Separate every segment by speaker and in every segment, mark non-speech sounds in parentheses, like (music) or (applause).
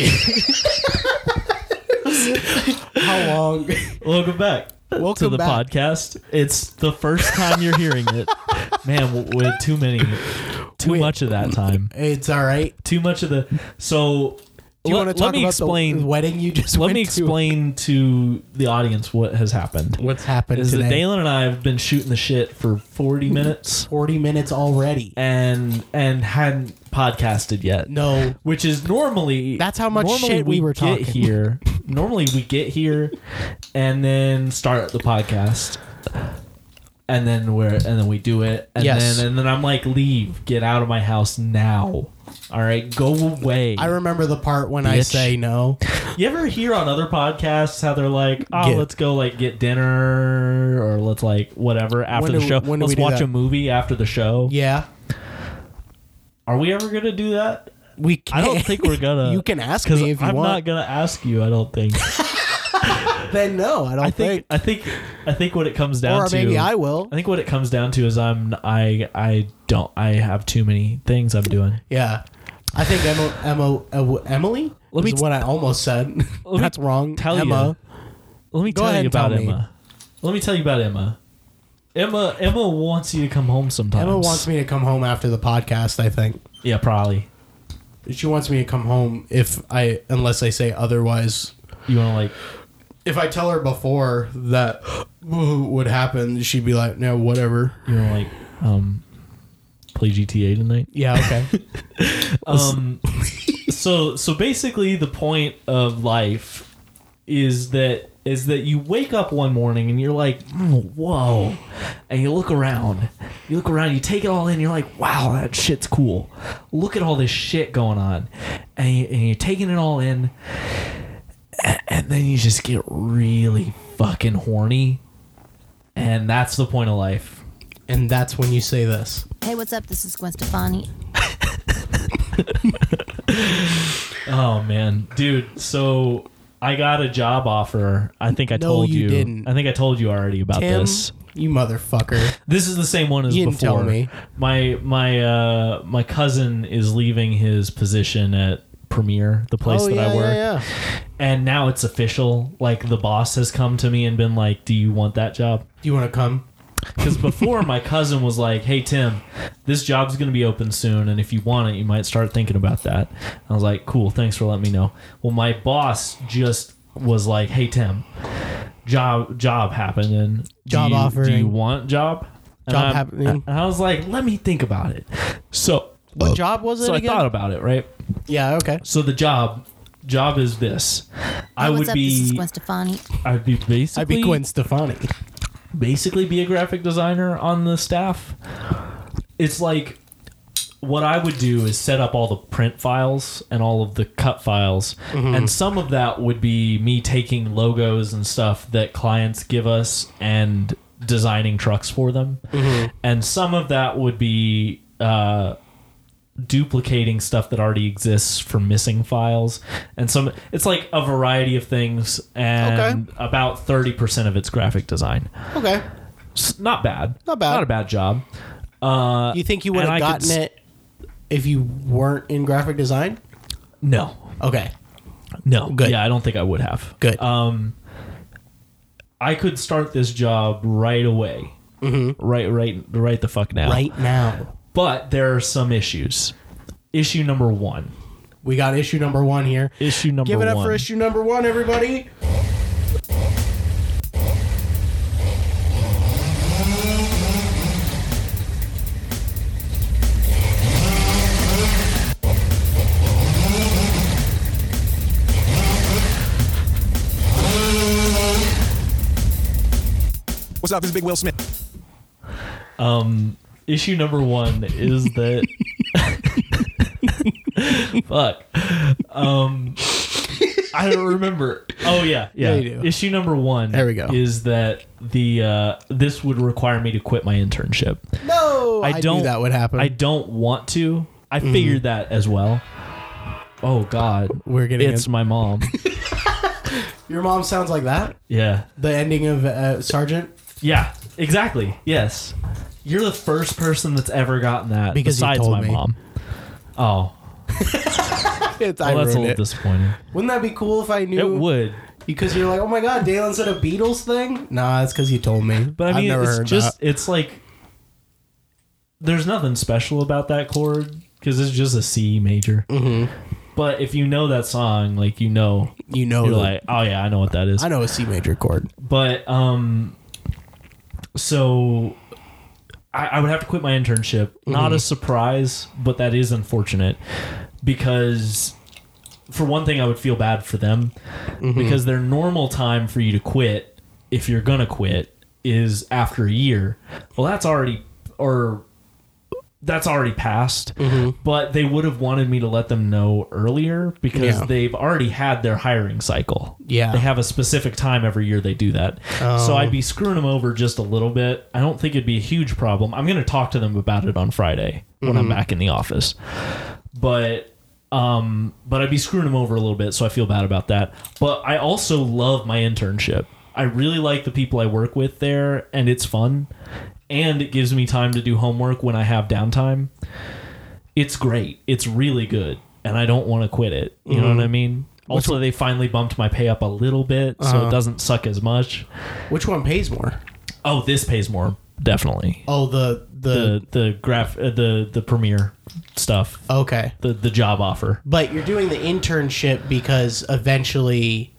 Speaker 1: (laughs) Welcome back.
Speaker 2: Welcome
Speaker 1: to the
Speaker 2: back.
Speaker 1: podcast. It's the first time you're hearing it. Man, w- with too many, too
Speaker 2: Wait.
Speaker 1: much of that time.
Speaker 2: It's all right.
Speaker 1: Too much of the. So,
Speaker 2: Do you
Speaker 1: let,
Speaker 2: want to talk
Speaker 1: let me
Speaker 2: about
Speaker 1: explain.
Speaker 2: the wedding you just
Speaker 1: let
Speaker 2: went
Speaker 1: me
Speaker 2: to?
Speaker 1: explain to the audience what has happened.
Speaker 2: what's happened
Speaker 1: Is
Speaker 2: today.
Speaker 1: that Dalen and I have been shooting the shit for 40 minutes
Speaker 2: 40 minutes already.
Speaker 1: and and hadn't podcasted yet.
Speaker 2: No.
Speaker 1: Which is normally
Speaker 2: That's how much
Speaker 1: normally
Speaker 2: shit we were talking.
Speaker 1: Get here,
Speaker 2: (laughs)
Speaker 1: normally we get here, and then start the podcast, and then we're and then we do it, and
Speaker 2: Yes.
Speaker 1: then and then I'm like, leave, get out of my house now. All right, go away.
Speaker 2: I remember the part when I
Speaker 1: Bitch.
Speaker 2: say no.
Speaker 1: You ever hear on other podcasts how they're like, "Oh,
Speaker 2: Get-
Speaker 1: let's go like get dinner or let's like whatever after
Speaker 2: When
Speaker 1: the
Speaker 2: do-
Speaker 1: show.
Speaker 2: when do
Speaker 1: let's
Speaker 2: we do
Speaker 1: watch
Speaker 2: that?
Speaker 1: a movie after the show."
Speaker 2: Yeah.
Speaker 1: Are we ever gonna do that?
Speaker 2: We can
Speaker 1: I
Speaker 2: (laughs)
Speaker 1: don't think we're (laughs) gonna.
Speaker 2: You can ask
Speaker 1: 'cause
Speaker 2: me if you
Speaker 1: I'm not
Speaker 2: want.
Speaker 1: gonna ask you. I don't
Speaker 2: (laughs)
Speaker 1: think.
Speaker 2: then no, I don't
Speaker 1: I think.
Speaker 2: think.
Speaker 1: I think. I think what it comes down
Speaker 2: or
Speaker 1: to.
Speaker 2: maybe I will.
Speaker 1: I think what it comes down to is I'm I I don't I have too many things I'm doing.
Speaker 2: Yeah. I think Emma, Emma, Emma Emily
Speaker 1: Let me
Speaker 2: is
Speaker 1: t-
Speaker 2: what I
Speaker 1: (laughs)
Speaker 2: almost said.
Speaker 1: me
Speaker 2: That's wrong.
Speaker 1: tell you.
Speaker 2: Emma.
Speaker 1: Let me
Speaker 2: Go
Speaker 1: tell
Speaker 2: ahead
Speaker 1: you
Speaker 2: and tell
Speaker 1: about
Speaker 2: me.
Speaker 1: Emma. Let me tell you about Emma. Emma Emma wants you to come home sometimes.
Speaker 2: Emma wants me to come home after the podcast, I think.
Speaker 1: Yeah, probably.
Speaker 2: She wants me to come home if I unless I say otherwise.
Speaker 1: You want to like
Speaker 2: If I tell her before that would happen, she'd be like, "No, whatever."
Speaker 1: you want to like um play GTA tonight.
Speaker 2: Yeah, okay.
Speaker 1: Um so so basically the point of life is that is that you wake up one morning and you're like, "Mm, whoa. And you look around. You look around, you take it all in, you're like, wow, that shit's cool. Look at all this shit going on. And, you, and you're taking it all in. A- And then you just get really fucking horny. And that's the point of life.
Speaker 2: (laughs) and that's when you say this.
Speaker 3: Hey, what's up? This is Gwen Stefani.
Speaker 1: Oh man, dude. So I got a job offer. I think I
Speaker 2: No,
Speaker 1: told
Speaker 2: you
Speaker 1: you.
Speaker 2: didn't.
Speaker 1: I think I told you already about
Speaker 2: Tim,
Speaker 1: this.
Speaker 2: you motherfucker.
Speaker 1: This is the same one as
Speaker 2: You didn't
Speaker 1: before.
Speaker 2: tell me.
Speaker 1: My my uh, my cousin is leaving his position at Premiere, the place that I work,
Speaker 2: Oh, yeah,
Speaker 1: and now it's official. Like the boss has come to me and been like, "Do you want that job?"
Speaker 2: Do you want to come?
Speaker 1: Because before my cousin was like, "Hey Tim, this job's going to be open soon, and if you want it, you might start thinking about that." I was like, "Cool, thanks for letting me know." Well, my boss just was like, "Hey Tim, job job happened, and do
Speaker 2: Job
Speaker 1: you- Do you
Speaker 2: offering.
Speaker 1: want job And
Speaker 2: Job
Speaker 1: I'm-
Speaker 2: happening.
Speaker 1: And I was like, "Let me think about it." So
Speaker 2: What job was it
Speaker 1: Oh. so I
Speaker 2: again?
Speaker 1: thought about it, right?
Speaker 2: yeah, okay.
Speaker 1: So the job job is this. I
Speaker 3: Hey, what's
Speaker 1: would
Speaker 3: up? This is
Speaker 1: be
Speaker 3: Gwen Stefani.
Speaker 1: I'd be basically
Speaker 2: I'd be Gwen Stefani.
Speaker 1: basically be a graphic designer on the staff. It's like what I would do is set up all the print files and all of the cut files, and some of that would be me taking logos and stuff that clients give us and designing trucks for them, and some of that would be. Uh, duplicating stuff that already exists for missing files and some it's like a variety of things and about 30% of it's graphic design
Speaker 2: Okay.
Speaker 1: s- not bad.
Speaker 2: Not bad.
Speaker 1: Not a bad job. Uh,
Speaker 2: You think you would
Speaker 1: And I
Speaker 2: have
Speaker 1: could
Speaker 2: gotten
Speaker 1: s-
Speaker 2: it if you weren't in graphic design?
Speaker 1: no,
Speaker 2: Okay.
Speaker 1: no.
Speaker 2: Good.
Speaker 1: Yeah, I don't think I would have.
Speaker 2: Good.
Speaker 1: Um, I could start this job right away. Mm-hmm. Right, right, right. The fuck now.
Speaker 2: Right now.
Speaker 1: But there are some issues. Issue number one.
Speaker 2: We got issue number 1 here.
Speaker 1: Issue number
Speaker 2: Give it up
Speaker 1: one.
Speaker 2: for issue number 1 everybody.
Speaker 4: What's up? This is Big Will Smith.
Speaker 1: issue number one is that (laughs) fuck um i don't remember oh yeah yeah,
Speaker 2: Yeah, you do.
Speaker 1: issue number one
Speaker 2: There we go.
Speaker 1: is that the uh this would require me to quit my internship
Speaker 2: No, I,
Speaker 1: I don't-
Speaker 2: knew that would happen. Mm-hmm.
Speaker 1: i don't want to i figured that as well oh god
Speaker 2: We're getting
Speaker 1: it's my
Speaker 2: (laughs)
Speaker 1: mom
Speaker 2: Your mom sounds like that.
Speaker 1: yeah
Speaker 2: The ending of uh, Sergeant
Speaker 1: yeah exactly yes you're the first person that's ever gotten that
Speaker 2: Because you
Speaker 1: besides
Speaker 2: told
Speaker 1: my
Speaker 2: me.
Speaker 1: mom oh
Speaker 2: It's, I
Speaker 1: well, that's a
Speaker 2: ruined
Speaker 1: little
Speaker 2: it.
Speaker 1: disappointing
Speaker 2: Wouldn't that be cool if I knew?
Speaker 1: It would.
Speaker 2: Because you're like, oh my god, Dalen said a Beatles thing. Nah, it's because you told me.
Speaker 1: But I mean,
Speaker 2: have never heard
Speaker 1: it's just
Speaker 2: that.
Speaker 1: it's like there's nothing special about that chord because it's just a C major.
Speaker 2: Mm-hmm.
Speaker 1: But if you know that song, like you know,
Speaker 2: you know,
Speaker 1: you're
Speaker 2: the-
Speaker 1: like, oh yeah, I know what that is.
Speaker 2: I know a C major chord.
Speaker 1: But um, so I, I would have to quit my internship. Not a surprise, but that is unfortunate because. For one thing, I would feel bad for them
Speaker 2: Mm-hmm.
Speaker 1: because their normal time for you to quit, if you're gonna quit, is after a year. Well, that's already or that's already passed.
Speaker 2: Mm-hmm.
Speaker 1: But they would have wanted me to let them know earlier because
Speaker 2: Yeah.
Speaker 1: they've already had their hiring cycle.
Speaker 2: Yeah. Oh.
Speaker 1: they have a specific time every year they do that. So I'd be screwing them over just a little bit. I don't think it'd be a huge problem. I'm gonna talk to them about it on Friday when
Speaker 2: Mm-hmm.
Speaker 1: I'm back in the office. But um, but I'd be screwing them over a little bit, so I feel bad about that. But I also love my internship. I really like the people I work with there, and it's fun. And it gives me time to do homework when I have downtime. It's great. It's really good, and I don't want to quit it. You know what I mean? Also, they finally bumped my pay up a little bit, so it doesn't suck as much.
Speaker 2: Which one pays more?
Speaker 1: Oh, this pays more, definitely.
Speaker 2: Oh, the the,
Speaker 1: The the graph, uh, the the premiere stuff,
Speaker 2: okay.
Speaker 1: the the job offer.
Speaker 2: But you're doing the internship because eventually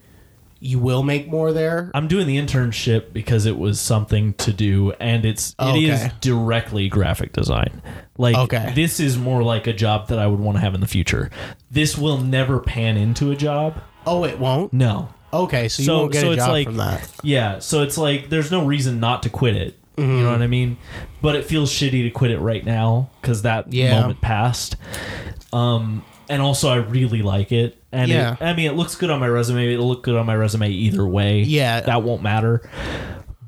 Speaker 2: you will make more there.
Speaker 1: I'm doing the internship because it was something to do, and it's
Speaker 2: Okay.
Speaker 1: it is directly graphic design. Like
Speaker 2: Okay.
Speaker 1: this is more like a job that I would want to have in the future. This will never pan into a job.
Speaker 2: Oh, it won't.
Speaker 1: No.
Speaker 2: Okay, so you
Speaker 1: So-
Speaker 2: won't get
Speaker 1: so
Speaker 2: a
Speaker 1: it's
Speaker 2: job
Speaker 1: like-
Speaker 2: from that.
Speaker 1: Yeah. So it's like there's no reason not to quit it. You
Speaker 2: Mm-hmm.
Speaker 1: know what I mean? But it feels shitty to quit it right now because that
Speaker 2: Yeah.
Speaker 1: moment passed. Um, and also I really like it. And it-
Speaker 2: Yeah.
Speaker 1: I mean, it looks good on my resume. It'll look good on my resume either way.
Speaker 2: Yeah.
Speaker 1: That won't matter.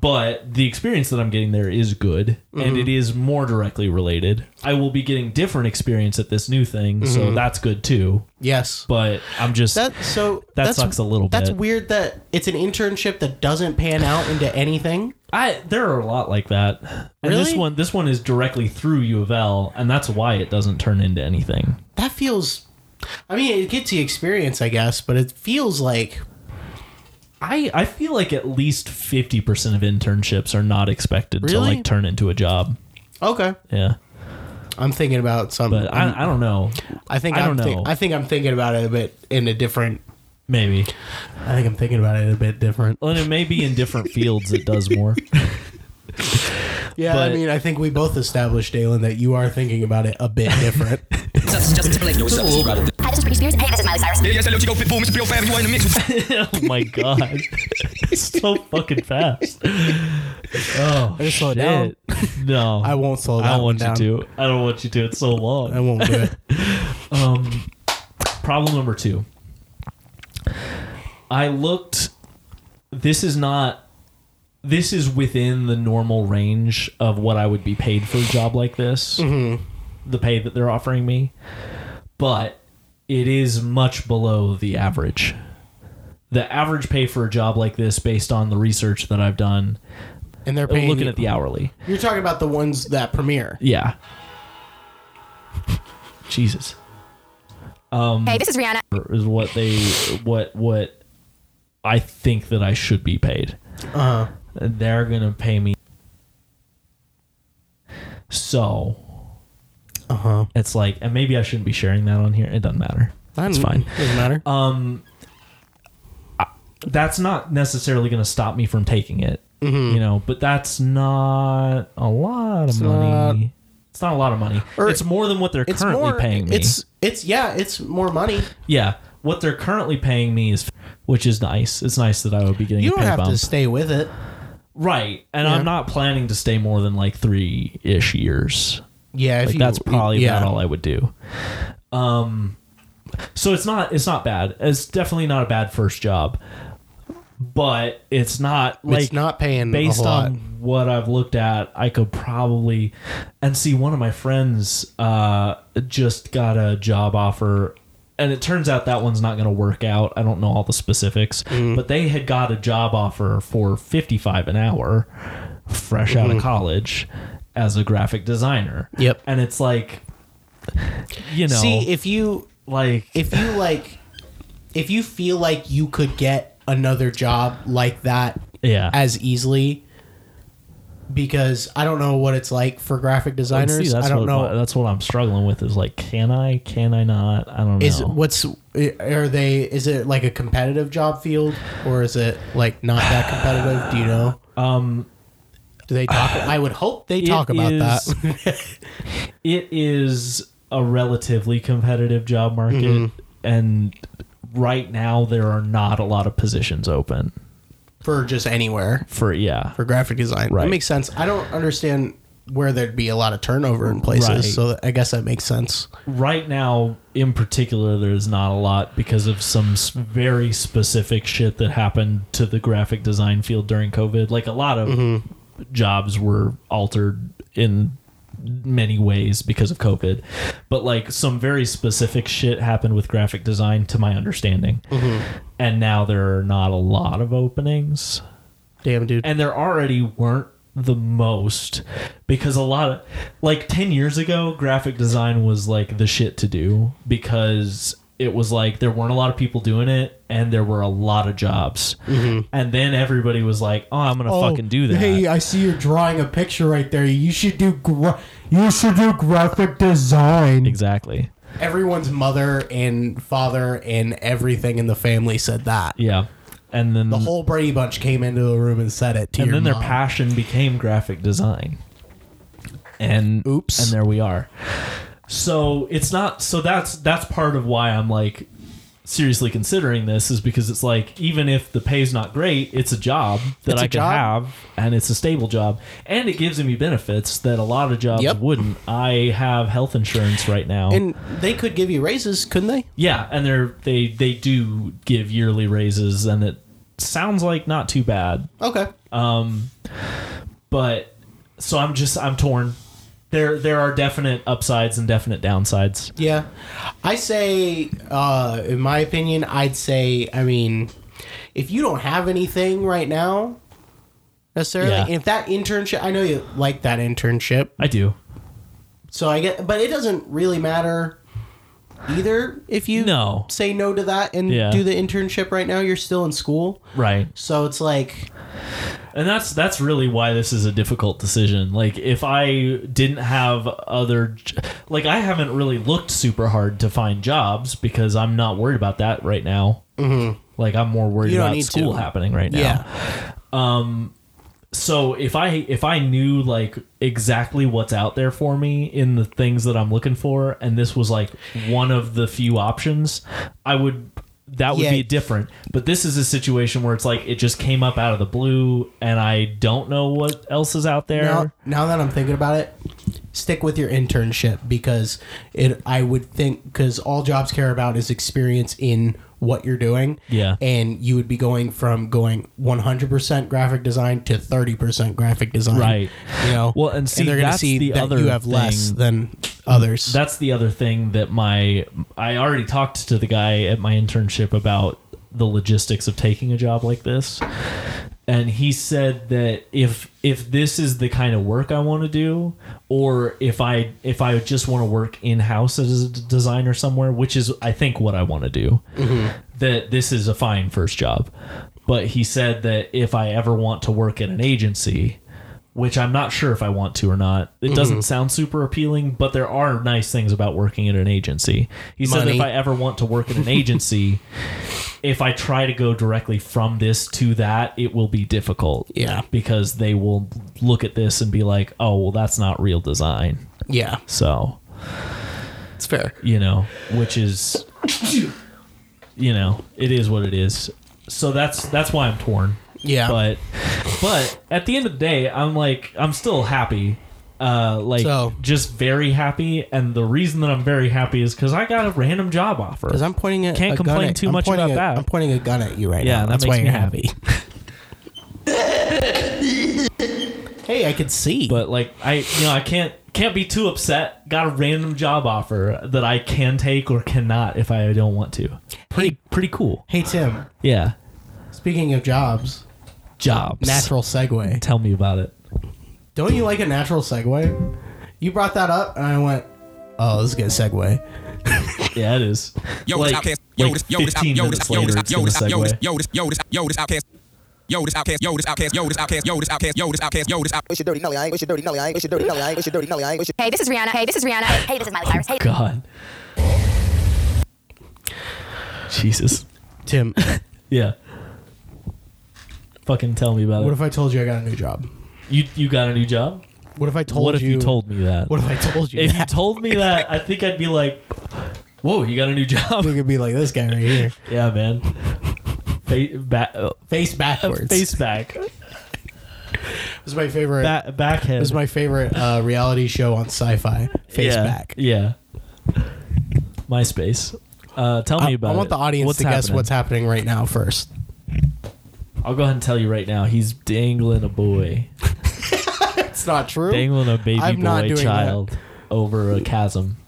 Speaker 1: But the experience that I'm getting there is good
Speaker 2: Mm-hmm.
Speaker 1: and it is more directly related. I will be getting different experience at this new thing, so that's good too.
Speaker 2: Yes.
Speaker 1: But I'm just
Speaker 2: Mm-hmm. That so
Speaker 1: That
Speaker 2: that's-
Speaker 1: sucks a little
Speaker 2: That's
Speaker 1: bit.
Speaker 2: weird that it's an internship that doesn't pan out into anything.
Speaker 1: I there are a lot like that. And this
Speaker 2: Really?
Speaker 1: one this one is directly through U of L, and that's why it doesn't turn into anything.
Speaker 2: That feels. I mean, it gets you experience, I guess, but it feels like
Speaker 1: I, I feel like at least fifty percent of internships are not expected to
Speaker 2: Really?
Speaker 1: like turn into a job.
Speaker 2: okay.
Speaker 1: Yeah.
Speaker 2: I'm thinking about something.
Speaker 1: But I, I don't know.
Speaker 2: I think
Speaker 1: I
Speaker 2: I'm
Speaker 1: don't
Speaker 2: thi-
Speaker 1: know.
Speaker 2: I think I'm thinking about it a bit in a different.
Speaker 1: Maybe.
Speaker 2: I think I'm thinking about it a bit different.
Speaker 1: Well, and it may be in
Speaker 2: (laughs)
Speaker 1: different fields it does more. (laughs)
Speaker 2: Yeah,
Speaker 1: But-
Speaker 2: I mean, I think we both established, Dalen, that you are thinking about it a bit
Speaker 1: (laughs)
Speaker 2: different.
Speaker 4: Just, just play. No,
Speaker 3: Hi, this is Britney Spears. Hey, this is Miley Cyrus.
Speaker 4: Yes, hello, Chico, Pitbull, Mr. Bill Fab, you are in the mix
Speaker 1: (laughs)
Speaker 4: with
Speaker 1: oh my god. so fucking fast. Oh
Speaker 2: just slow it
Speaker 1: shit.
Speaker 2: down.
Speaker 1: No.
Speaker 2: I won't slow
Speaker 1: I
Speaker 2: that
Speaker 1: don't
Speaker 2: one
Speaker 1: want
Speaker 2: down.
Speaker 1: you to. I don't want you to. It's so long.
Speaker 2: I won't do it.
Speaker 1: Um, problem number two. I looked. This is not. This is within the normal range of what I would be paid for a job like this. The pay that they're offering me, but it is much below the average. The average pay for a job like this, based on the research that I've done,
Speaker 2: And they're paying.
Speaker 1: looking at the hourly.
Speaker 2: You're talking about the ones that premiere.
Speaker 1: Yeah. (laughs) Jesus.
Speaker 3: Hey, this is Rihanna.
Speaker 1: is what they what what I think that I should be paid.
Speaker 2: Uh,
Speaker 1: And They're gonna pay me. So
Speaker 2: uh huh.
Speaker 1: it's like, and maybe I shouldn't be sharing that on here. It doesn't matter. That's fine. Uh,
Speaker 2: Doesn't matter.
Speaker 1: That's not necessarily gonna stop me from taking it.
Speaker 2: Mm-hmm.
Speaker 1: You know, but that's not a lot of money.
Speaker 2: not-
Speaker 1: it's not a lot of money.
Speaker 2: Or-
Speaker 1: it's more than what they're currently paying me.
Speaker 2: It's it's yeah, it's more money.
Speaker 1: yeah, what they're currently paying me is, which is nice. It's nice that I would be getting. a
Speaker 2: You don't
Speaker 1: pay
Speaker 2: have
Speaker 1: bump.
Speaker 2: to stay with it.
Speaker 1: Right. And I'm not planning to stay more than like three ish years.
Speaker 2: Yeah, if
Speaker 1: Like
Speaker 2: you,
Speaker 1: that's probably
Speaker 2: yeah.
Speaker 1: about all I would do. Um so it's not it's not bad. It's definitely not a bad first job. But it's not like
Speaker 2: it's not paying
Speaker 1: based
Speaker 2: Mm, a whole lot.
Speaker 1: on what I've looked at, I could probably and see one of my friends uh, just got a job offer and it turns out that one's not going to work out. I don't know all the specifics,
Speaker 2: Mm.
Speaker 1: but they had got a job offer for 55 an hour fresh out of college as a graphic designer.
Speaker 2: Mm-hmm. Yep.
Speaker 1: And it's like you know,
Speaker 2: See, if you
Speaker 1: like (sighs)
Speaker 2: if you like if you feel like you could get another job like that
Speaker 1: Yeah.
Speaker 2: as easily because I don't know what it's like for graphic
Speaker 1: And see,
Speaker 2: designers. I don't
Speaker 1: what,
Speaker 2: know.
Speaker 1: That's what I'm struggling with. Is like, can I? Can I not? I don't know.
Speaker 2: is what's are they is it like a competitive job field or is it like not that competitive do
Speaker 1: (sighs)
Speaker 2: you know um do they talk i would hope they
Speaker 1: It
Speaker 2: talk about
Speaker 1: is-
Speaker 2: that
Speaker 1: it is a relatively competitive job market and right now there are not a lot of positions open
Speaker 2: (laughs) for just anywhere
Speaker 1: for yeah
Speaker 2: for graphic design
Speaker 1: Right.
Speaker 2: that makes sense i don't understand where there'd be a lot of turnover in places
Speaker 1: Right.
Speaker 2: so that- i guess that makes sense
Speaker 1: right now in particular there's not a lot because of some s- very specific shit that happened to the graphic design field during covid like a lot of jobs were altered in many ways because of covid but like some very specific shit happened with graphic design to my understanding and now there are not a lot of openings
Speaker 2: damn dude
Speaker 1: and there already weren't the most because a lot of like 10 years ago graphic design was like the shit to do because it was like there weren't a lot of people doing it and there were a lot of jobs and then everybody was like oh i'm gonna fucking do that
Speaker 2: Mm-hmm. Hey, uh, I see you're drawing a picture right there. You should do gra- you should do graphic design.
Speaker 1: exactly
Speaker 2: everyone's mother and father and everything in the family said that.
Speaker 1: yeah and then
Speaker 2: The whole Brady Bunch came into the room and said it to
Speaker 1: and
Speaker 2: your
Speaker 1: then their
Speaker 2: mom.
Speaker 1: passion became graphic design and
Speaker 2: Oops.
Speaker 1: and there we are so it's not so that's that's part of why i'm like seriously considering this is because it's like even if the pay's not great it's a job that
Speaker 2: It's a
Speaker 1: i can
Speaker 2: job.
Speaker 1: have and it's a stable job and it gives me benefits that a lot of jobs
Speaker 2: Yep.
Speaker 1: wouldn't i have health insurance right now
Speaker 2: and they could give you raises, couldn't they?
Speaker 1: yeah, and they're they they do give yearly raises, and it sounds like not too bad
Speaker 2: Okay.
Speaker 1: but so I'm just I'm torn. There there are definite upsides and definite downsides.
Speaker 2: Yeah. I say, uh, in my opinion, I'd say, I mean, if you don't have anything right now, necessarily,
Speaker 1: Yeah.
Speaker 2: if that internship, I know you like that internship,
Speaker 1: I do.
Speaker 2: so I get, but it doesn't really matter either if you
Speaker 1: No.
Speaker 2: say no to that and
Speaker 1: Yeah.
Speaker 2: do the internship right now. You're still in school.
Speaker 1: Right.
Speaker 2: So it's like,
Speaker 1: And that's that's really why this is a difficult decision. Like if I didn't have other j- like I haven't really looked super hard to find jobs because I'm not worried about that right now. Mm-hmm. Like I'm more worried
Speaker 2: You don't
Speaker 1: about
Speaker 2: need
Speaker 1: school
Speaker 2: to.
Speaker 1: happening right now.
Speaker 2: yeah,
Speaker 1: so if i if i knew like exactly what's out there for me in the things that i'm looking for and this was like one of the few options i would that would
Speaker 2: Yeah.
Speaker 1: be different but this is a situation where it's like it just came up out of the blue and i don't know what else is out there
Speaker 2: now, now that I'm thinking about it, stick with your internship because it, I would think, because all jobs care about is experience in what you're doing.
Speaker 1: Yeah.
Speaker 2: And you would be going from going 100% graphic design to 30% graphic design.
Speaker 1: Right.
Speaker 2: You know,
Speaker 1: Well, and see,
Speaker 2: they're gonna
Speaker 1: that's the
Speaker 2: that
Speaker 1: other
Speaker 2: you have less
Speaker 1: thing.
Speaker 2: than others.
Speaker 1: that's the other thing that my I already talked to the guy at my internship about the logistics of taking a job like this. And he said that if if this is the kind of work I want to do or if I if I just want to work in-house as a d- designer somewhere, which is I think what I want to do, that this is a fine first job. But he said that if I ever want to work at an agency, which I'm not sure if I want to or not. It
Speaker 2: Mm-hmm.
Speaker 1: doesn't sound super appealing, but there are nice things about working at an agency. He said
Speaker 2: Money.
Speaker 1: if I ever want to work at an
Speaker 2: (laughs)
Speaker 1: agency, if I try to go directly from this to that, it will be difficult.
Speaker 2: Yeah.
Speaker 1: Because they will look at this and be like, oh, well, that's not real design.
Speaker 2: yeah.
Speaker 1: So,
Speaker 2: It's fair.
Speaker 1: you know, which is, you know, it is what it is. So that's that's why I'm torn
Speaker 2: Yeah.
Speaker 1: but but at the end of the day i'm like i'm still happy uh like
Speaker 2: So-
Speaker 1: just very happy and the reason that i'm very happy is because i got a random job offer
Speaker 2: Because I'm pointing at
Speaker 1: Can't
Speaker 2: a gun
Speaker 1: complain
Speaker 2: at-
Speaker 1: too
Speaker 2: I'm
Speaker 1: much
Speaker 2: pointing
Speaker 1: about
Speaker 2: a-
Speaker 1: that.
Speaker 2: I'm pointing a gun at you right
Speaker 1: Yeah,
Speaker 2: now.
Speaker 1: that
Speaker 2: That's
Speaker 1: makes
Speaker 2: why
Speaker 1: me
Speaker 2: you're happy. (laughs) hey, I can see.
Speaker 1: but like i you know i can't can't be too upset got a random job offer that i can take or cannot if i don't want to pretty pretty cool
Speaker 2: hey, Tim.
Speaker 1: yeah
Speaker 2: Speaking of jobs,
Speaker 1: jobs
Speaker 2: natural segue.
Speaker 1: tell me about it
Speaker 2: Don't you like a natural segue? You brought that up, and I went, "Oh, this is a good segue."
Speaker 1: Yeah, it is.
Speaker 4: Yo,
Speaker 1: like,
Speaker 4: this outcast. Yo,
Speaker 1: like
Speaker 4: this, yo, this, out-
Speaker 1: 15
Speaker 4: yo,
Speaker 1: minutes
Speaker 4: this, yo, this,
Speaker 1: later,
Speaker 4: out-
Speaker 1: it's in
Speaker 4: yo,
Speaker 1: the
Speaker 4: this, out- yo, this,
Speaker 1: segue.
Speaker 4: yo, this, yo, this, yo, this outcast. Yo, this outcast. Yo, this outcast. Yo, this outcast. Yo, this outcast. Yo, this outcast. Yo, this outcast.
Speaker 5: Wish you dirty, Nelly. I ain't wish you dirty, Nelly. I ain't wish you dirty, Nelly. I ain't wish you dirty, Nelly. I ain't wish you.
Speaker 3: Hey, this is Rihanna. Hey, this is Rihanna. Hey, this is Miley Cyrus. Hey,
Speaker 1: God. Jesus.
Speaker 2: Tim,
Speaker 1: Yeah. Fucking tell me about
Speaker 2: (laughs) what
Speaker 1: it.
Speaker 2: if I told you I got a new job?
Speaker 1: you you got a new job?
Speaker 2: What if I told
Speaker 1: what if you, told me that?
Speaker 2: What if I told
Speaker 1: (laughs)
Speaker 2: you?
Speaker 1: if you
Speaker 2: (laughs) that?
Speaker 1: told me that, I think I'd be like, "Whoa, you got a new job?"
Speaker 2: (laughs) we could be like this guy right here,
Speaker 1: yeah, man. Fa- ba- uh,
Speaker 2: face backwards.
Speaker 1: face back,
Speaker 2: It was my favorite.
Speaker 1: ba- backhead.
Speaker 2: it was my favorite uh, reality show on Sci-Fi. Face
Speaker 1: yeah.
Speaker 2: back.
Speaker 1: Yeah. MySpace. Uh, tell
Speaker 2: I,
Speaker 1: me about
Speaker 2: I
Speaker 1: it.
Speaker 2: want the audience
Speaker 1: What's
Speaker 2: to guess
Speaker 1: happening?
Speaker 2: what's happening right now first.
Speaker 1: I'll go ahead and tell you right now. He's dangling a boy,
Speaker 2: It's not true.
Speaker 1: dangling a baby
Speaker 2: I'm
Speaker 1: boy
Speaker 2: not doing that.
Speaker 1: child over a chasm.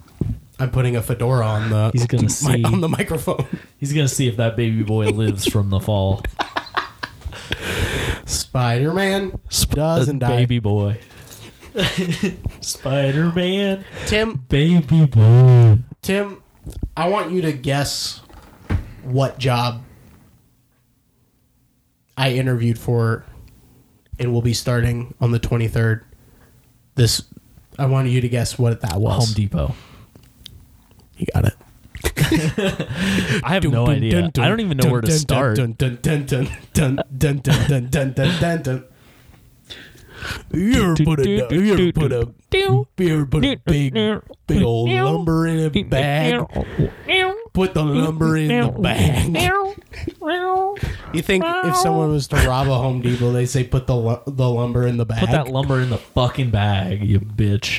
Speaker 2: I'm putting a fedora on the
Speaker 1: He's gonna
Speaker 2: (laughs) my-
Speaker 1: see.
Speaker 2: on the microphone.
Speaker 1: He's gonna see if that baby
Speaker 2: (laughs)
Speaker 1: boy lives from the fall.
Speaker 2: Spider-Man doesn't die.
Speaker 1: baby
Speaker 2: (laughs)
Speaker 1: boy. Spider Man,
Speaker 2: Tim,
Speaker 1: baby boy.
Speaker 2: Tim, I want you to guess what job I interviewed for and will be starting on the 23rd. This I want you to guess what that was.
Speaker 1: Home Depot.
Speaker 2: You got it.
Speaker 1: I have no
Speaker 2: Dun,
Speaker 1: idea.
Speaker 2: dun, dun,
Speaker 1: I don't even know
Speaker 2: dun,
Speaker 1: where to
Speaker 2: dun,
Speaker 1: start.
Speaker 2: Dun, dun, dun, dun, dun, dun, dun, dun, dun, dun, dun, dun. You ever put a you ever put a you ever put a big big old lumber in a bag? Put the lumber in the bag. You think if someone was to rob a Home Depot, they say put the lu- the lumber in the bag?
Speaker 1: Put that lumber in the fucking bag, you bitch.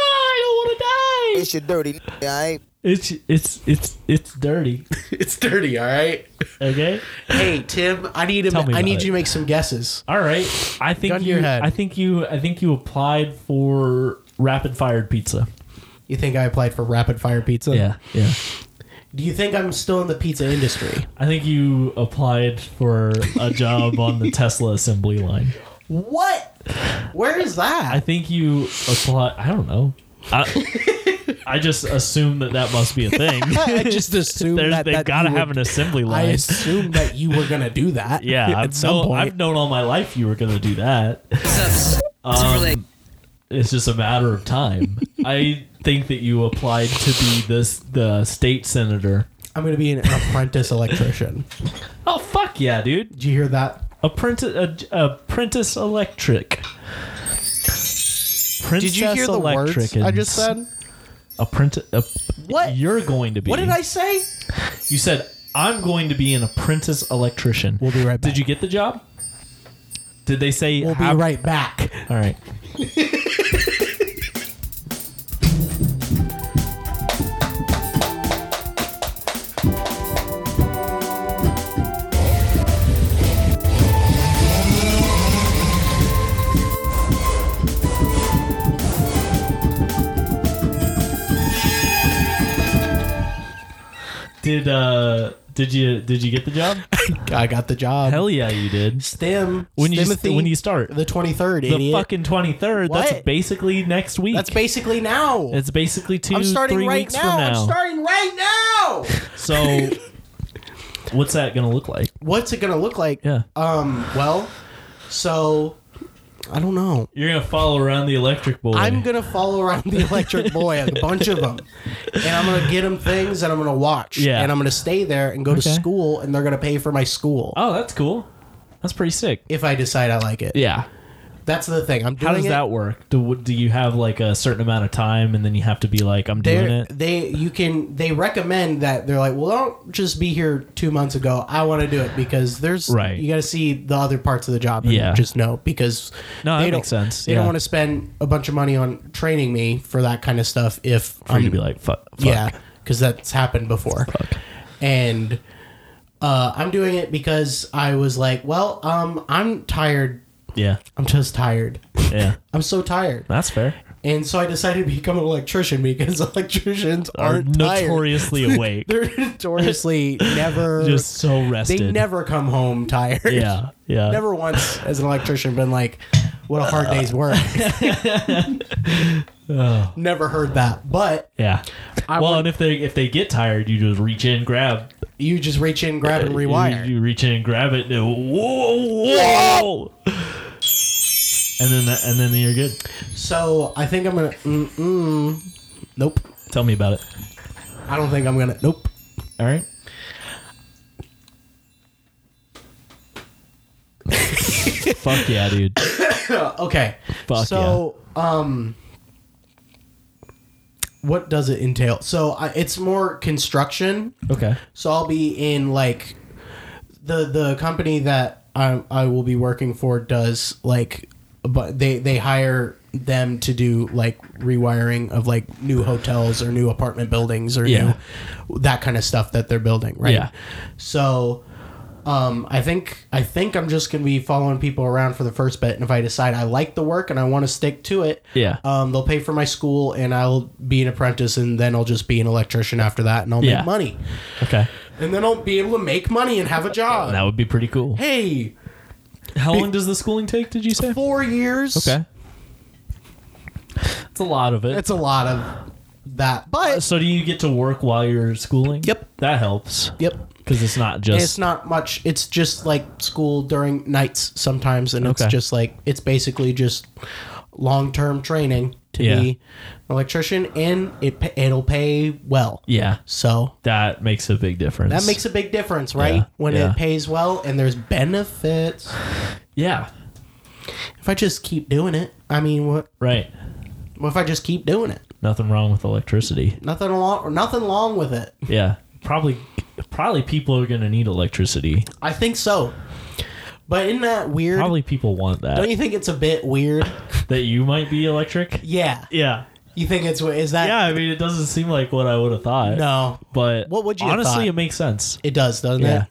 Speaker 5: I wish you dirty, Nelly. I ain't.
Speaker 1: It's it's it's it's dirty.
Speaker 2: it's dirty, all right.
Speaker 1: Okay. (laughs)
Speaker 2: Hey Tim, I need him,
Speaker 1: Tell me
Speaker 2: I
Speaker 1: about
Speaker 2: need
Speaker 1: it.
Speaker 2: you to make some guesses.
Speaker 1: All right. I think
Speaker 2: Gun to
Speaker 1: you.
Speaker 2: your head.
Speaker 1: I think you. I think you applied for rapid fired pizza.
Speaker 2: You think I applied for rapid fire pizza?
Speaker 1: Yeah.
Speaker 2: Do you think I'm still in the pizza industry?
Speaker 1: I think you applied for a
Speaker 2: (laughs)
Speaker 1: job on the Tesla assembly line.
Speaker 2: What? Where is
Speaker 1: I
Speaker 2: that?
Speaker 1: think you apply. I don't know. I, I just assume that that must be a
Speaker 2: (laughs)
Speaker 1: thing.
Speaker 2: I, just
Speaker 1: (laughs)
Speaker 2: assumed
Speaker 1: There's,
Speaker 2: that,
Speaker 1: they've
Speaker 2: that
Speaker 1: got to
Speaker 2: you were-
Speaker 1: have an assembly
Speaker 2: I
Speaker 1: line.
Speaker 2: assumed that you were gonna do that.
Speaker 1: yeah,
Speaker 2: (laughs) at
Speaker 1: I've,
Speaker 2: some
Speaker 1: known,
Speaker 2: point.
Speaker 1: I've known all my life you were going to do that. It's just a matter of
Speaker 2: (laughs)
Speaker 1: time. I think that you applied to be this the state senator.
Speaker 2: I'm gonna be an apprentice electrician.
Speaker 1: Oh fuck yeah, dude!
Speaker 2: Did you hear that?
Speaker 1: Apprentice, a, apprentice electric. Princess
Speaker 2: Did you hear the words I just
Speaker 1: Electricans.
Speaker 2: said?
Speaker 1: Apprentice. A,
Speaker 2: What?
Speaker 1: you're going to be?
Speaker 2: What did I say?
Speaker 1: You said I'm going to be an apprentice electrician.
Speaker 2: We'll be right back.
Speaker 1: Did you get the job? Did they say?
Speaker 2: We'll
Speaker 1: how-
Speaker 2: be right back.
Speaker 1: All right. Did uh did you did you get the job?
Speaker 2: I got the job.
Speaker 1: Hell yeah, you did.
Speaker 2: Stim.
Speaker 1: When you
Speaker 2: Stimothy,
Speaker 1: when you start
Speaker 2: the 23rd,
Speaker 1: the
Speaker 2: idiot.
Speaker 1: fucking 23rd. That's
Speaker 2: What?
Speaker 1: basically next week.
Speaker 2: That's basically now.
Speaker 1: (laughs) it's basically 2
Speaker 2: I'm starting
Speaker 1: three
Speaker 2: right
Speaker 1: weeks from
Speaker 2: now. I'm
Speaker 1: now. (laughs)
Speaker 2: starting right now. (laughs)
Speaker 1: so what's that going to look like?
Speaker 2: What's it gonna look like?
Speaker 1: Yeah.
Speaker 2: Um. Well. So. I don't know.
Speaker 1: You're going to follow around the electric boy.
Speaker 2: I'm gonna follow around the electric boy, a bunch of them, and I'm gonna get them things, and I'm gonna watch,
Speaker 1: Yeah.
Speaker 2: and I'm gonna stay there and go to
Speaker 1: Okay.
Speaker 2: school, and they're gonna pay for my school
Speaker 1: Oh, that's cool. That's pretty sick.
Speaker 2: if I decide I like it.
Speaker 1: Yeah.
Speaker 2: That's the thing. I'm doing
Speaker 1: How does
Speaker 2: it.
Speaker 1: that work? Do do you have like a certain amount of time and then you have to be like I'm doing
Speaker 2: They're,
Speaker 1: it?
Speaker 2: they you can they recommend that they're like well don't just be here two months ago I want to do it because there's
Speaker 1: Right.
Speaker 2: you got to see the other parts of the job and
Speaker 1: Yeah.
Speaker 2: just know because
Speaker 1: No, that
Speaker 2: they don't-
Speaker 1: makes sense.
Speaker 2: they
Speaker 1: Yeah.
Speaker 2: don't want to spend a bunch of money on training me for that kind of stuff if
Speaker 1: For you
Speaker 2: I'm
Speaker 1: to be like fuck, fuck.
Speaker 2: Yeah, because that's happened before. And uh, I'm doing it because I was like, well, um, I'm tired.
Speaker 1: Yeah.
Speaker 2: I'm just tired.
Speaker 1: Yeah.
Speaker 2: I'm so tired.
Speaker 1: That's fair.
Speaker 2: And so I decided to become an electrician because (laughs) electricians
Speaker 1: Are
Speaker 2: aren't (laughs) tired.
Speaker 1: notoriously awake.
Speaker 2: (laughs) They're
Speaker 1: (laughs)
Speaker 2: notoriously never.
Speaker 1: Just so rested.
Speaker 2: they never come home tired.
Speaker 1: Yeah. Yeah.
Speaker 2: (laughs)
Speaker 1: (laughs)
Speaker 2: Never once as an electrician been like, what a hard day's work.
Speaker 1: Oh.
Speaker 2: Never heard that. But
Speaker 1: Yeah.
Speaker 2: I
Speaker 1: well,
Speaker 2: would-
Speaker 1: and if they if they get tired, you just reach in, grab,
Speaker 2: you just reach in, grab, and rewire.
Speaker 1: You, you reach in and grab it. And it- whoa, whoa. And then that, and then you're good.
Speaker 2: So I think I'm gonna. Mm-mm. Nope.
Speaker 1: Tell me about it.
Speaker 2: I don't think I'm gonna. Nope.
Speaker 1: All
Speaker 2: (laughs)
Speaker 1: right. Fuck yeah, dude.
Speaker 2: Uh, Okay.
Speaker 1: Fuck
Speaker 2: so, um, what does it entail? So I, it's more construction.
Speaker 1: Okay.
Speaker 2: So I'll be in like the the company that I I will be working for does like but they they hire them to do like rewiring of like new hotels or new apartment buildings or
Speaker 1: Yeah.
Speaker 2: new that kind of stuff that they're building, right?
Speaker 1: Yeah.
Speaker 2: So um, I think I think I'm just gonna be following people around for the first bit, and if I decide I like the work and I want to stick to it,
Speaker 1: Yeah.
Speaker 2: um, they'll pay for my school, and I'll be an apprentice, and then I'll just be an electrician after that, and I'll
Speaker 1: Yeah.
Speaker 2: make money
Speaker 1: Okay.
Speaker 2: and then I'll be able to make money and have a job.
Speaker 1: That would be pretty cool.
Speaker 2: hey,
Speaker 1: How long does the schooling take? Did you say?
Speaker 2: four years.
Speaker 1: Okay. It's a lot of it.
Speaker 2: it's a lot of that, but
Speaker 1: so do you get to work while you're schooling?
Speaker 2: Yep.
Speaker 1: That helps.
Speaker 2: yep,
Speaker 1: Because it's not just
Speaker 2: it's not much. It's just like school during nights sometimes, and
Speaker 1: Okay.
Speaker 2: it's just like it's basically just long term training to
Speaker 1: Yeah.
Speaker 2: be an electrician, and it pa- it'll pay well.
Speaker 1: Yeah.
Speaker 2: So.
Speaker 1: That makes a big difference.
Speaker 2: That makes a big difference, right?
Speaker 1: Yeah,
Speaker 2: When
Speaker 1: yeah.
Speaker 2: it pays well and there's benefits.
Speaker 1: Yeah.
Speaker 2: If I just keep doing it, I mean, what,
Speaker 1: Right.
Speaker 2: what if I just keep doing it?
Speaker 1: Nothing wrong with electricity.
Speaker 2: Nothing wrong, nothing wrong with it.
Speaker 1: Yeah. Probably probably people are gonna need electricity.
Speaker 2: I think so. But isn't that weird?
Speaker 1: Probably people want that.
Speaker 2: Don't you think it's a bit weird?
Speaker 1: that you might be electric?
Speaker 2: yeah.
Speaker 1: Yeah.
Speaker 2: You think it's is that?
Speaker 1: Yeah, I mean it doesn't seem like what I would have thought.
Speaker 2: No,
Speaker 1: But
Speaker 2: What would you have
Speaker 1: honestly
Speaker 2: thought?
Speaker 1: it makes sense.
Speaker 2: it does, doesn't
Speaker 1: Yeah.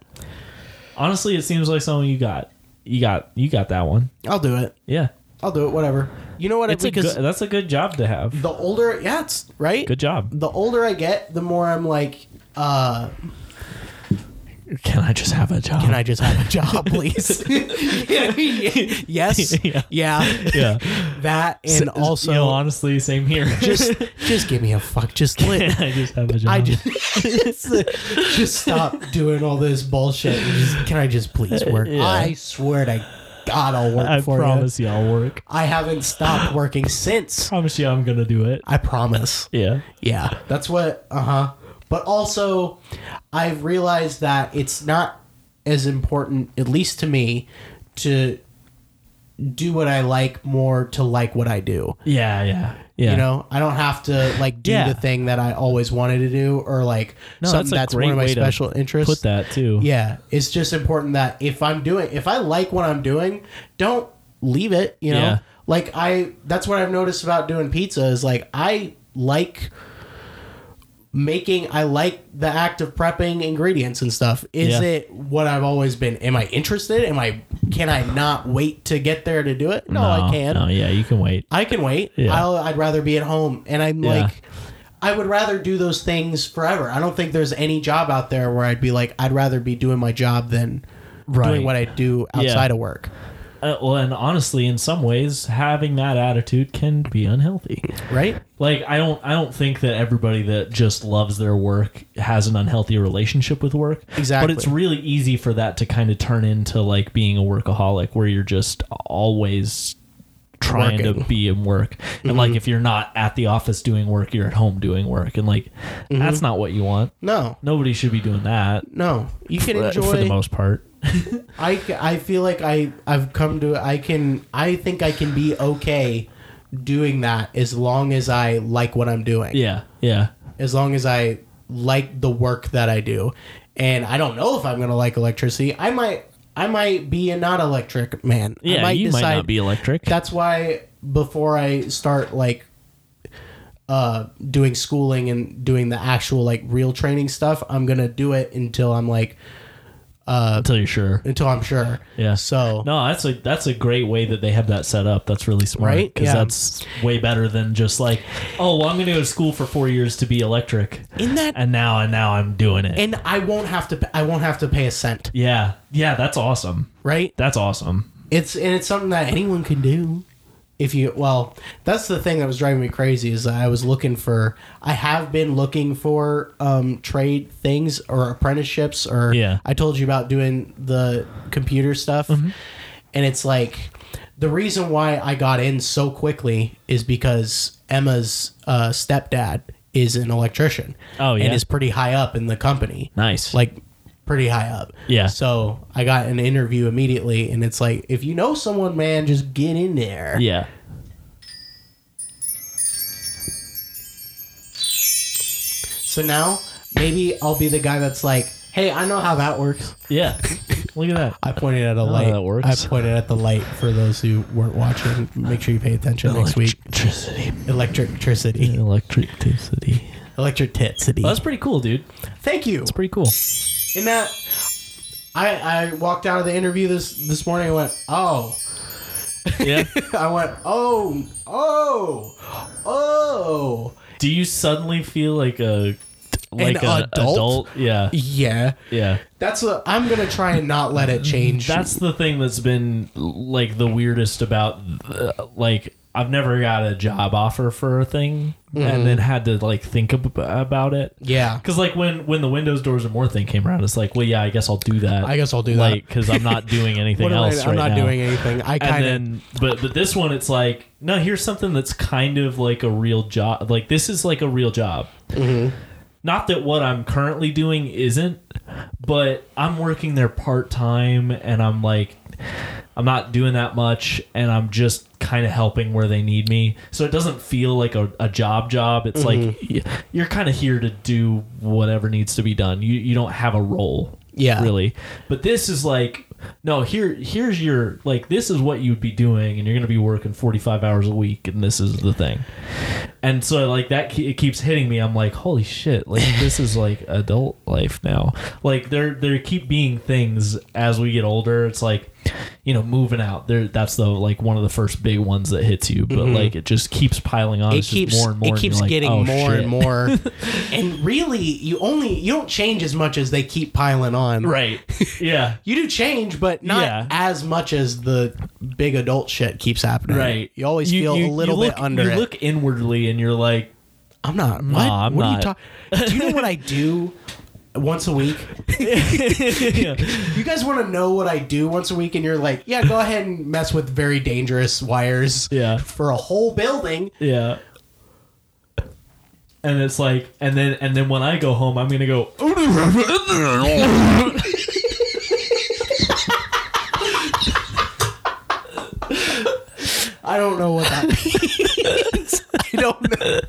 Speaker 1: Honestly it seems like something you got. You got you got that one.
Speaker 2: it? I'll do it.
Speaker 1: Yeah.
Speaker 2: I'll do it. Whatever. You know what?
Speaker 1: It's a
Speaker 2: because
Speaker 1: good, that's a good job to have.
Speaker 2: the older, yeah, it's right.
Speaker 1: Good job.
Speaker 2: The older I get, the more I'm like, uh,
Speaker 1: Can I just have a job?
Speaker 2: can I just have a job, (laughs) please? yes.
Speaker 1: (laughs) Yeah.
Speaker 2: Yeah.
Speaker 1: (laughs) Yeah.
Speaker 2: That (laughs) and also
Speaker 1: you know, honestly, same here.
Speaker 2: (laughs) just just give me a fuck. Just
Speaker 1: (laughs)
Speaker 2: let,
Speaker 1: I just have a job.
Speaker 2: I just
Speaker 1: (laughs)
Speaker 2: (laughs) just stop doing all this bullshit. and just- can I just please work?
Speaker 1: Yeah.
Speaker 2: I swear to God, I'll work
Speaker 1: I
Speaker 2: for
Speaker 1: promise you. I'll work.
Speaker 2: you. I haven't stopped working since.
Speaker 1: Promise you, I'm gonna do it.
Speaker 2: I promise.
Speaker 1: Yeah.
Speaker 2: Yeah, that's what. Uh huh. But also, I've realized that it's not as important, at least to me, to do what I like more to like what I do.
Speaker 1: Yeah. Yeah. Yeah.
Speaker 2: You know, I don't have to like do
Speaker 1: Yeah.
Speaker 2: the thing that I always wanted to do, or like
Speaker 1: No, that's
Speaker 2: something
Speaker 1: a
Speaker 2: that's,
Speaker 1: great
Speaker 2: one of my
Speaker 1: way to
Speaker 2: special interests.
Speaker 1: put that too.
Speaker 2: Yeah, it's just important that if I'm doing, if I like what I'm doing, don't leave it. You know,
Speaker 1: Yeah.
Speaker 2: like I, that's what I've noticed about doing pizza is like I like making i like the act of prepping ingredients and stuff is
Speaker 1: Yeah.
Speaker 2: it what i've always been am i interested am i can i not wait to get there to do it no, i can
Speaker 1: Oh, No, yeah, you can wait.
Speaker 2: I can wait.
Speaker 1: Yeah.
Speaker 2: I'll, I'd rather be at home. And I'm
Speaker 1: Yeah.
Speaker 2: like, I would rather do those things forever. I don't think there's any job out there where I'd be like, I'd rather be doing my job than
Speaker 1: Right.
Speaker 2: doing what I do outside of work.
Speaker 1: Uh, well, and honestly, in some ways, having that attitude can be unhealthy.
Speaker 2: Right?
Speaker 1: Like, I don't, I don't think that everybody that just loves their work has an unhealthy relationship with work.
Speaker 2: Exactly.
Speaker 1: But it's really easy for that to kind of turn into like being a workaholic, where you're just always trying to
Speaker 2: Working. Mm-hmm.
Speaker 1: be in work. And like, if you're not at the office doing work, you're at home doing work, and like, that's not what you want.
Speaker 2: No,
Speaker 1: Nobody should be doing that.
Speaker 2: no. Mm-hmm. You can
Speaker 1: uh,
Speaker 2: enjoy.
Speaker 1: for the most part.
Speaker 2: I, c- I feel like I, I've come to, I can, I think I can be okay doing that as long as I like what I'm doing.
Speaker 1: Yeah. Yeah.
Speaker 2: as long as I like the work that I do. And I don't know if I'm gonna like electricity. I might I might be a not electric man. I
Speaker 1: Yeah,
Speaker 2: might
Speaker 1: you might not
Speaker 2: decide-
Speaker 1: be electric.
Speaker 2: That's why before I start like uh doing schooling and doing the actual like real training stuff, I'm gonna do it until I'm like
Speaker 1: until you're sure.
Speaker 2: until I'm sure.
Speaker 1: Yeah.
Speaker 2: So
Speaker 1: No, that's a that's a great way that they have that set up. That's really smart,
Speaker 2: Right?
Speaker 1: Because
Speaker 2: Yeah.
Speaker 1: that's way better than just like, oh, well, I'm going to go to school for four years to be electric,
Speaker 2: in that
Speaker 1: and now and now I'm doing it.
Speaker 2: and I won't have to pa- I won't have to pay a cent,
Speaker 1: yeah, yeah, that's awesome.
Speaker 2: right?
Speaker 1: That's awesome.
Speaker 2: It's and it's something that anyone can do. if you well, that's the thing that was driving me crazy is that I was looking for I have been looking for um, trade things or apprenticeships or
Speaker 1: Yeah. Mm-hmm.
Speaker 2: I told you about doing the computer stuff and it's like the reason why I got in so quickly is because Emma's uh, stepdad is an electrician.
Speaker 1: Oh, yeah?
Speaker 2: and is pretty high up in the company.
Speaker 1: Nice.
Speaker 2: like pretty high up.
Speaker 1: Yeah.
Speaker 2: So I got an interview immediately, and it's like, if you know someone, man, just get in there.
Speaker 1: Yeah.
Speaker 2: So now maybe I'll be the guy that's like, hey, I know how that works.
Speaker 1: Yeah. Look at that.
Speaker 2: I pointed at a
Speaker 1: how
Speaker 2: light.
Speaker 1: that works.
Speaker 2: I pointed at the light for those who weren't watching. Make sure you pay attention next week.
Speaker 1: Electricity.
Speaker 2: Electricity.
Speaker 1: Electricity.
Speaker 2: Electricity.
Speaker 1: That's pretty cool, dude.
Speaker 2: Thank you.
Speaker 1: Pretty
Speaker 2: (laughs)
Speaker 1: cool.
Speaker 2: In that, I I walked out of the interview this this morning. I went, oh. (laughs)
Speaker 1: Yeah.
Speaker 2: I went, oh, oh, oh.
Speaker 1: Do you suddenly feel like a like an,
Speaker 2: adult?
Speaker 1: adult? Yeah.
Speaker 2: Yeah.
Speaker 1: Yeah.
Speaker 2: That's a. I'm gonna try and not let it change.
Speaker 1: (laughs) That's the thing that's been like the weirdest about uh, like I've never got a job offer for a thing and then had to like think ab- about it.
Speaker 2: Mm-hmm. yeah.
Speaker 1: Cause like when when the windows doors and more thing came around, it's like, well, yeah, I guess I'll do that.
Speaker 2: I guess I'll do
Speaker 1: like
Speaker 2: that.
Speaker 1: because I'm not doing anything
Speaker 2: (laughs) What am I-
Speaker 1: else.
Speaker 2: I'm
Speaker 1: right
Speaker 2: not
Speaker 1: now.
Speaker 2: doing anything. I
Speaker 1: and
Speaker 2: kind of.
Speaker 1: then but but this one it's like no here's something that's kind of like a real job like this is like a real job not that what i'm currently doing isn't but i'm working there part-time and i'm like i'm not doing that much and i'm just kind of helping where they need me so it doesn't feel like a, a job job it's like y- you're kind of here to do whatever needs to be done you, you don't have a role
Speaker 2: Yeah.
Speaker 1: really really. But this is like no, here here's your like this is what you'd be doing and you're going to be working 45 hours a week and this is the thing. And so like that ke- it keeps hitting me. I'm like, "Holy shit,
Speaker 2: (laughs)
Speaker 1: like this is like adult life now." Like there there keep being things as we get older. It's like you know, moving out. There that's the like one of the first big ones that hits you, but like it just keeps piling on.
Speaker 2: Mm-hmm. It
Speaker 1: It's just
Speaker 2: keeps,
Speaker 1: more and more
Speaker 2: it
Speaker 1: and you're
Speaker 2: keeps
Speaker 1: like,
Speaker 2: getting
Speaker 1: "Oh,
Speaker 2: more
Speaker 1: shit." (laughs)
Speaker 2: and more and really you only you don't change as much as they keep piling on (laughs)
Speaker 1: Right. Yeah.
Speaker 2: you do change but not
Speaker 1: Yeah.
Speaker 2: as much as the big adult shit keeps happening
Speaker 1: Right.
Speaker 2: you always feel a little
Speaker 1: you
Speaker 2: bit
Speaker 1: look-
Speaker 2: under
Speaker 1: You
Speaker 2: it
Speaker 1: look inwardly and you're
Speaker 2: (laughs)
Speaker 1: like, (laughs)
Speaker 2: I'm not. What?
Speaker 1: I'm
Speaker 2: what
Speaker 1: not.
Speaker 2: are you talking? Do you know what I do once a week? You guys want to know what I do once a week, and you're like, yeah, go ahead and mess with very dangerous wires.
Speaker 1: Yeah.
Speaker 2: For a whole building.
Speaker 1: Yeah. And it's like, and then and then when I go home, I'm gonna go.
Speaker 4: Um,
Speaker 1: (laughs)
Speaker 2: I don't know what
Speaker 1: (laughs)
Speaker 2: that means. (laughs) I don't know.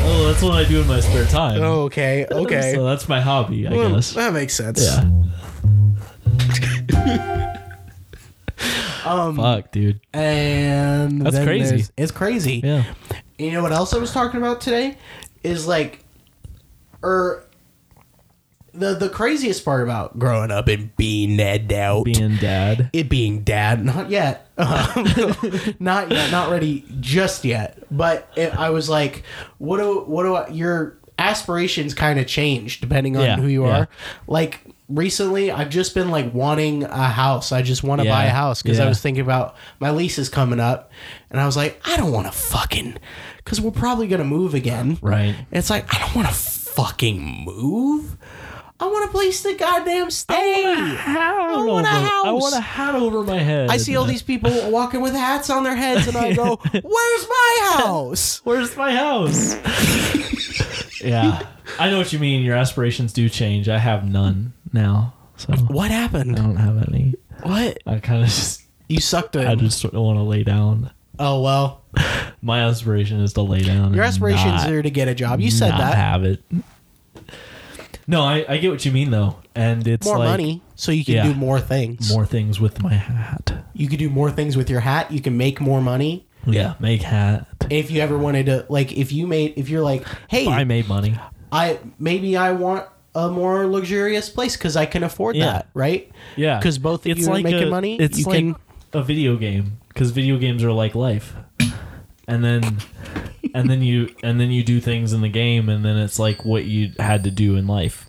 Speaker 1: Oh, that's what I do in my spare time.
Speaker 2: Okay. Oh, Okay.
Speaker 1: So that's my hobby, I
Speaker 2: Well,
Speaker 1: guess.
Speaker 2: that makes sense.
Speaker 1: uh,
Speaker 2: (laughs)
Speaker 1: Yeah.
Speaker 2: Um,
Speaker 1: Fuck, dude.
Speaker 2: And
Speaker 1: That's
Speaker 2: then
Speaker 1: crazy.
Speaker 2: there's- It's crazy.
Speaker 1: Yeah.
Speaker 2: You know what else I was talking about today is like, or the the craziest part about growing up and being ned out,
Speaker 1: Being dad.
Speaker 2: it being dad, not yet, (laughs) Um, not yet, not ready just yet. But it, I was like, what do what do I, your aspirations kind of change depending on
Speaker 1: Yeah,
Speaker 2: who you
Speaker 1: yeah.
Speaker 2: are. Like recently, I've just been like wanting a house. I just want to
Speaker 1: Yeah,
Speaker 2: buy a house because I
Speaker 1: yeah.
Speaker 2: was thinking about my lease is coming up, and I was like, I don't want to fucking because we're probably gonna move again.
Speaker 1: Right.
Speaker 2: And it's like I don't want to fucking move. I want a place to goddamn stay. I want a house.
Speaker 1: I want a hat over my head.
Speaker 2: I see all these people walking with hats on their heads, and I (laughs) go, "Where's my house?"
Speaker 1: Where's my (laughs) house? yeah. I know what you mean. Your aspirations do change. I have none now. So I
Speaker 2: What happened?
Speaker 1: don't have any.
Speaker 2: What?
Speaker 1: I kind of just
Speaker 2: You sucked it.
Speaker 1: I just sort of want to lay down.
Speaker 2: oh well.
Speaker 1: My aspiration is to lay down.
Speaker 2: Your
Speaker 1: and
Speaker 2: aspirations
Speaker 1: not,
Speaker 2: are to get a job. You said
Speaker 1: not
Speaker 2: that.
Speaker 1: Have it. No, I, I get what you mean though, and it's
Speaker 2: More
Speaker 1: like
Speaker 2: money, so you can
Speaker 1: Yeah.
Speaker 2: do more things.
Speaker 1: more things with my hat.
Speaker 2: You can do more things with your hat. You can make more money.
Speaker 1: Yeah, make hat.
Speaker 2: If you ever wanted to, like, if you made, if you're like, hey,
Speaker 1: I made money.
Speaker 2: I maybe I want a more luxurious place because I can afford
Speaker 1: Yeah.
Speaker 2: that, right?
Speaker 1: Yeah,
Speaker 2: Because both of
Speaker 1: it's
Speaker 2: you
Speaker 1: like
Speaker 2: are making
Speaker 1: a-
Speaker 2: money.
Speaker 1: It's
Speaker 2: you
Speaker 1: like
Speaker 2: can,
Speaker 1: a video game because video games are like life, and then and then you and then you do things in the game, and then it's like what you had to do in life.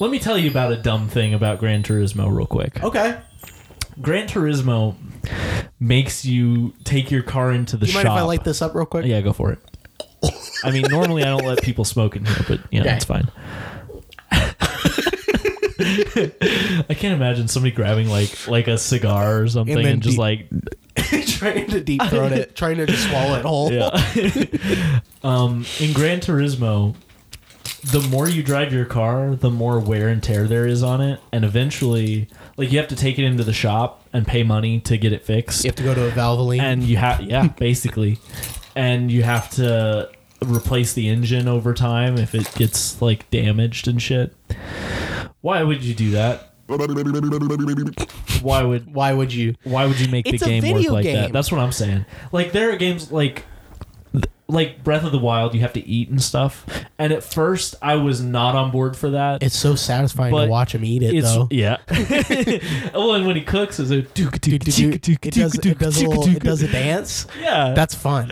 Speaker 1: Let me tell you Oh. about a dumb thing about Gran Turismo real quick.
Speaker 2: okay.
Speaker 1: Gran Turismo, makes you take your car into the
Speaker 2: You
Speaker 1: shop.
Speaker 2: mind if I light this up real quick?
Speaker 1: Yeah, go for it. I mean, normally I don't let people smoke in here, but you know,
Speaker 2: Okay.
Speaker 1: it's fine. (laughs) I can't imagine somebody grabbing like like a cigar or something and,
Speaker 2: then
Speaker 1: just
Speaker 2: de-
Speaker 1: like
Speaker 2: (laughs) trying to
Speaker 1: (laughs)
Speaker 2: deep throat it, trying to just swallow it whole.
Speaker 1: in Gran Turismo, the more you drive your car, the more wear and tear there is on it, and eventually, like you have to take it into the shop and pay money to get it fixed.
Speaker 2: You have to go to a Valvoline.
Speaker 1: and you have
Speaker 2: (laughs)
Speaker 1: yeah basically and you have to replace the engine over time if it gets like damaged and shit why would you do that why would
Speaker 2: Why would you?
Speaker 1: why would you make
Speaker 2: It's a
Speaker 1: the game work
Speaker 2: video
Speaker 1: like that
Speaker 2: game.
Speaker 1: that's what i'm saying like there are games like like breath of the wild you have to eat and stuff and at first i was not on board for that
Speaker 2: It's so satisfying
Speaker 1: But
Speaker 2: to watch him eat it,
Speaker 1: it's (laughs)
Speaker 2: though. (laughs)
Speaker 1: yeah well and when he cooks it's a
Speaker 2: It does, it, does a little, it
Speaker 1: (laughs)
Speaker 2: does a dance.
Speaker 1: yeah
Speaker 2: That's fun.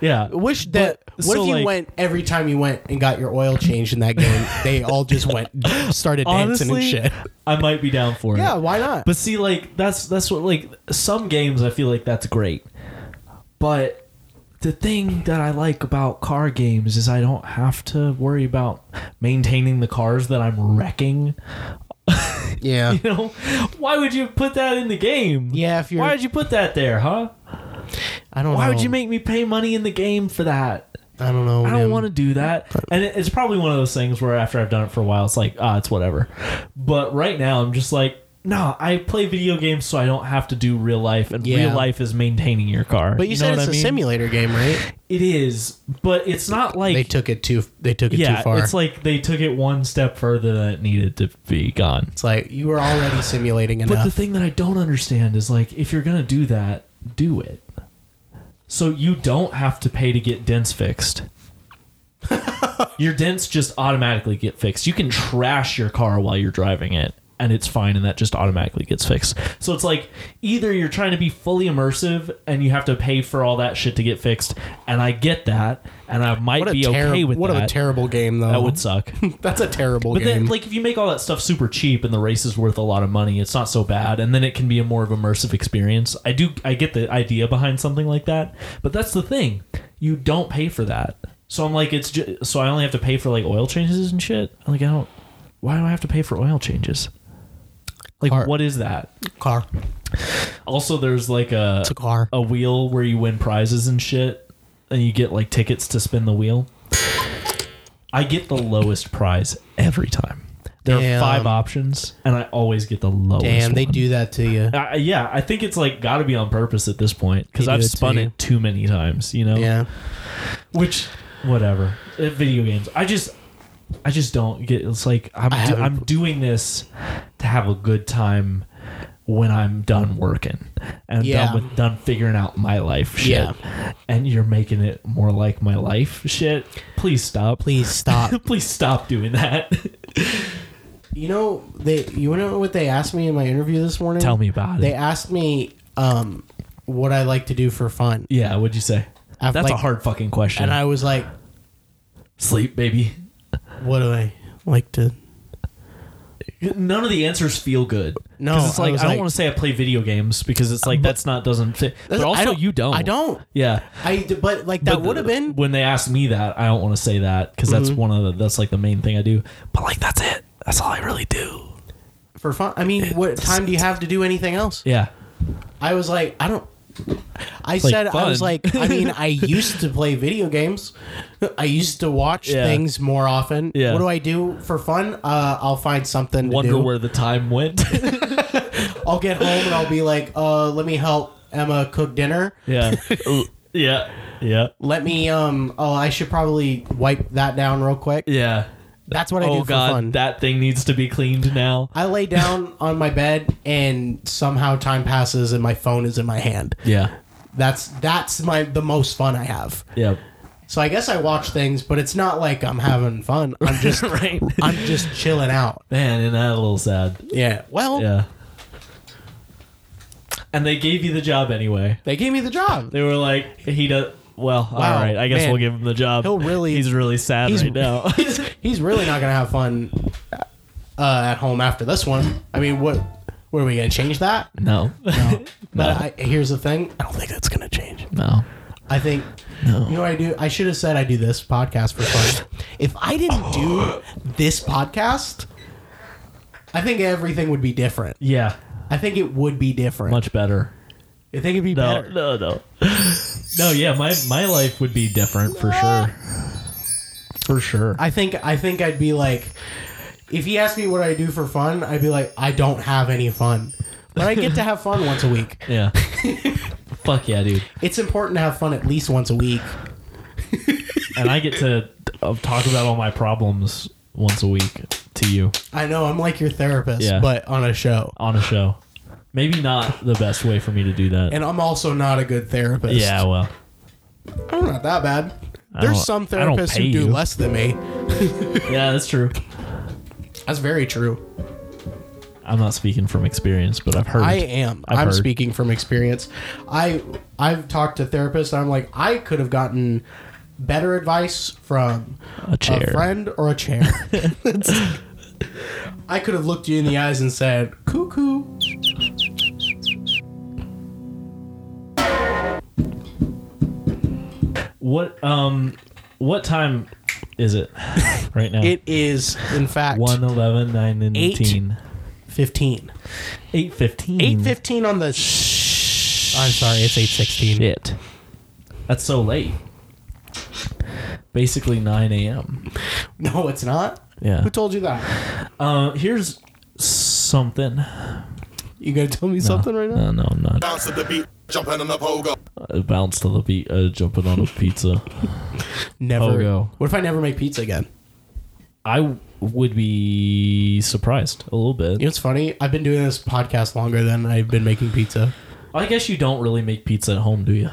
Speaker 1: yeah
Speaker 2: Wish that.
Speaker 1: But-
Speaker 2: what
Speaker 1: so,
Speaker 2: if you
Speaker 1: like-
Speaker 2: went every time you went and got your oil changed in that game? They all just went (laughs) started dancing and
Speaker 1: honestly,
Speaker 2: shit.
Speaker 1: I might be down for it.
Speaker 2: Yeah, why not?
Speaker 1: But see, like that's that's what like some games I feel like that's great, but the thing that I like about car games is I don't have to worry about maintaining the cars that I'm wrecking. (laughs)
Speaker 2: yeah.
Speaker 1: You know, why would you put that in the game?
Speaker 2: Yeah, if you're-
Speaker 1: why would you put that there, huh?
Speaker 2: (laughs)
Speaker 1: Oh.
Speaker 2: I don't know.
Speaker 1: Why would you make me pay money in the game for that?
Speaker 2: I don't know.
Speaker 1: I don't want to do that. And it- it's probably one of those things where after I've done it for a while, it's like, ah, it's whatever. But right now, I'm just like, no, I play video games so I don't have to do real life, and
Speaker 2: Yeah.
Speaker 1: real life is maintaining your car.
Speaker 2: But you,
Speaker 1: know
Speaker 2: said
Speaker 1: what
Speaker 2: it's
Speaker 1: I
Speaker 2: a
Speaker 1: mean?
Speaker 2: simulator game, right?
Speaker 1: It is, but it's not like
Speaker 2: They took it too. They took it
Speaker 1: yeah,
Speaker 2: too far.
Speaker 1: it's like they took it one step further than it needed to be gone.
Speaker 2: It's like you were already simulating
Speaker 1: But
Speaker 2: enough.
Speaker 1: the thing that I don't understand is like, if you're gonna do that, do it. So you don't have to pay to get dents
Speaker 2: (laughs)
Speaker 1: fixed. your dents just automatically get fixed. You can trash your car while you're driving it, and it's fine, and that just automatically gets fixed. So it's like either you're trying to be fully immersive and you have to pay for all that shit to get fixed, and I get that, and I might
Speaker 2: what a
Speaker 1: be
Speaker 2: terrible.
Speaker 1: okay with
Speaker 2: what
Speaker 1: that.
Speaker 2: a terrible game, though.
Speaker 1: that would suck.
Speaker 2: (laughs) That's a terrible
Speaker 1: But
Speaker 2: game.
Speaker 1: then, like, if you make all that stuff super cheap and the race is worth a lot of money, it's not so bad, and then it can be a more of immersive experience. I do, I get the idea behind something like that, but that's the thing, you don't pay for that. So I'm like, it's just, so I only have to pay for like oil changes and shit. I'm like, I don't. Why do I have to pay for oil changes? Like,
Speaker 2: Car.
Speaker 1: what is that?
Speaker 2: car.
Speaker 1: Also, there's like a
Speaker 2: It's a car.
Speaker 1: a wheel where you win prizes and shit, and you get like tickets to spin the wheel. I get the lowest prize every time. There are
Speaker 2: Damn.
Speaker 1: five options, and I always get the lowest.
Speaker 2: Damn, they
Speaker 1: one.
Speaker 2: do that to you.
Speaker 1: I, yeah, I think it's like got to be on purpose at this point because
Speaker 2: They do
Speaker 1: I've
Speaker 2: it to
Speaker 1: spun
Speaker 2: you.
Speaker 1: it too many times. You know,
Speaker 2: Yeah.
Speaker 1: which whatever. Uh, video games, I just. I just don't get. It's like I'm. Do,
Speaker 2: I haven't-
Speaker 1: I'm doing this to have a good time when I'm done working and
Speaker 2: Mm. Yeah.
Speaker 1: done with done figuring out my life shit. And you're making it more like my life shit. Please stop.
Speaker 2: Please stop.
Speaker 1: (laughs) Please stop doing that.
Speaker 2: (laughs) you know they. You know what they asked me in my interview this morning?
Speaker 1: Tell me about
Speaker 2: They
Speaker 1: it.
Speaker 2: asked me um, what I like to do for fun,
Speaker 1: Yeah, what'd you say?
Speaker 2: I've,
Speaker 1: That's a
Speaker 2: like-
Speaker 1: hard fucking question.
Speaker 2: and I was like,
Speaker 1: Sleep, baby.
Speaker 2: "What do I like to?"
Speaker 1: None of the answers feel good.
Speaker 2: No,
Speaker 1: 'Cause it's
Speaker 2: I
Speaker 1: like I,
Speaker 2: was
Speaker 1: don't
Speaker 2: like-
Speaker 1: want to say I play video games because it's like that's not doesn't fit. But
Speaker 2: I
Speaker 1: also,
Speaker 2: don't-
Speaker 1: you don't.
Speaker 2: I don't.
Speaker 1: Yeah.
Speaker 2: I but like that
Speaker 1: But
Speaker 2: would have
Speaker 1: th-
Speaker 2: been. Mm-hmm.
Speaker 1: when they asked me that. I don't want to say that because that's one of the that's like the main thing I do. But like that's it. That's all I really do.
Speaker 2: for fun. I mean, what time do you have to do anything else?
Speaker 1: Yeah.
Speaker 2: I was like, I don't. I
Speaker 1: like
Speaker 2: said I was
Speaker 1: fun.
Speaker 2: like, I mean,
Speaker 1: (laughs)
Speaker 2: I used to play video games. I used to watch
Speaker 1: Yeah.
Speaker 2: things more often.
Speaker 1: Yeah.
Speaker 2: What do I do for fun? Uh, I'll find something. To
Speaker 1: Wonder
Speaker 2: do.
Speaker 1: where the time
Speaker 2: (laughs)
Speaker 1: went.
Speaker 2: I'll get home and I'll be like, uh, let me help Emma cook dinner.
Speaker 1: yeah. yeah. Yeah.
Speaker 2: Let me. Um. Oh, I should probably wipe that down real quick.
Speaker 1: Yeah.
Speaker 2: That's what I do
Speaker 1: Oh
Speaker 2: for
Speaker 1: god,
Speaker 2: fun.
Speaker 1: that thing needs to be cleaned now.
Speaker 2: I lay down on my bed and somehow time passes and my phone is in my hand.
Speaker 1: Yeah.
Speaker 2: That's that's my the most fun I have.
Speaker 1: Yeah.
Speaker 2: So I guess I watch things, but it's not like I'm having fun. I'm just
Speaker 1: Right.
Speaker 2: I'm just chilling out.
Speaker 1: Man, and that a little sad.
Speaker 2: Yeah. Well,
Speaker 1: Yeah. And they gave you the job anyway.
Speaker 2: they gave me the job.
Speaker 1: They were like, he does. Well,
Speaker 2: Wow,
Speaker 1: all right. I guess
Speaker 2: man.
Speaker 1: we'll give him the job.
Speaker 2: He'll really-
Speaker 1: He's really sad
Speaker 2: he's-
Speaker 1: right now.
Speaker 2: (laughs) he's, he's really not gonna have fun uh, at home after this one. I mean, what? What are we gonna change that?
Speaker 1: no.
Speaker 2: But I, here's the thing: I don't think that's gonna change.
Speaker 1: No.
Speaker 2: I think you know what I do. I should have said I do this podcast for fun. if I didn't do this podcast, I think everything would be different.
Speaker 1: Yeah.
Speaker 2: I think it would be different.
Speaker 1: Much better.
Speaker 2: I think it'd be
Speaker 1: No,
Speaker 2: better.
Speaker 1: no, no. No, yeah, my my life would be different for sure. For sure.
Speaker 2: I think I think I'd be like, if he asked me what I do for fun, I'd be like, I don't have any fun, but I get to have fun once a week. (laughs)
Speaker 1: Yeah. Fuck yeah, dude.
Speaker 2: It's important to have fun at least once a week.
Speaker 1: And I get to uh, talk about all my problems once a week to you
Speaker 2: I know I'm like your therapist,
Speaker 1: Yeah.
Speaker 2: but on a show,
Speaker 1: on a show. Maybe not the best way for me to do that.
Speaker 2: and I'm also not a good therapist.
Speaker 1: yeah, well,
Speaker 2: I'm not that bad.
Speaker 1: don't-
Speaker 2: There's some
Speaker 1: I don't
Speaker 2: therapists
Speaker 1: pay
Speaker 2: who do
Speaker 1: you.
Speaker 2: less than me.
Speaker 1: yeah, that's true.
Speaker 2: That's very true.
Speaker 1: I'm not speaking from experience, but I've heard.
Speaker 2: I am.
Speaker 1: I've
Speaker 2: i am
Speaker 1: heard.
Speaker 2: speaking from experience. I I've talked to therapists. And I'm like I could have gotten better advice from
Speaker 1: a chair.
Speaker 2: a friend or
Speaker 1: (laughs)
Speaker 2: a chair. (laughs) I could have looked you in the eyes and said, "Cuckoo."
Speaker 1: What um, what time is it (laughs) right now?
Speaker 2: It is in fact
Speaker 1: One eleven nine nineteen.
Speaker 2: 15.
Speaker 1: Eight fifteen.
Speaker 2: 8:15 on the I'm sorry, it's 8:16.
Speaker 1: Shit. That's so late. Basically nine a.m.
Speaker 2: No, it's not.
Speaker 1: Yeah.
Speaker 2: Who told you that?
Speaker 1: Uh, here's something.
Speaker 2: You going to tell me something right now?
Speaker 1: No, no, I'm not.
Speaker 6: bounce to the beat, jumping on the pogo.
Speaker 1: Uh, bounce to the beat, uh, jumping on a pizza.
Speaker 2: Never.
Speaker 1: Pogo.
Speaker 2: What if I never make pizza again?
Speaker 1: I w- would be surprised a little bit.
Speaker 2: You know what's funny? I've been doing this podcast longer than I've been making pizza.
Speaker 1: I guess you don't really make pizza at home, do you?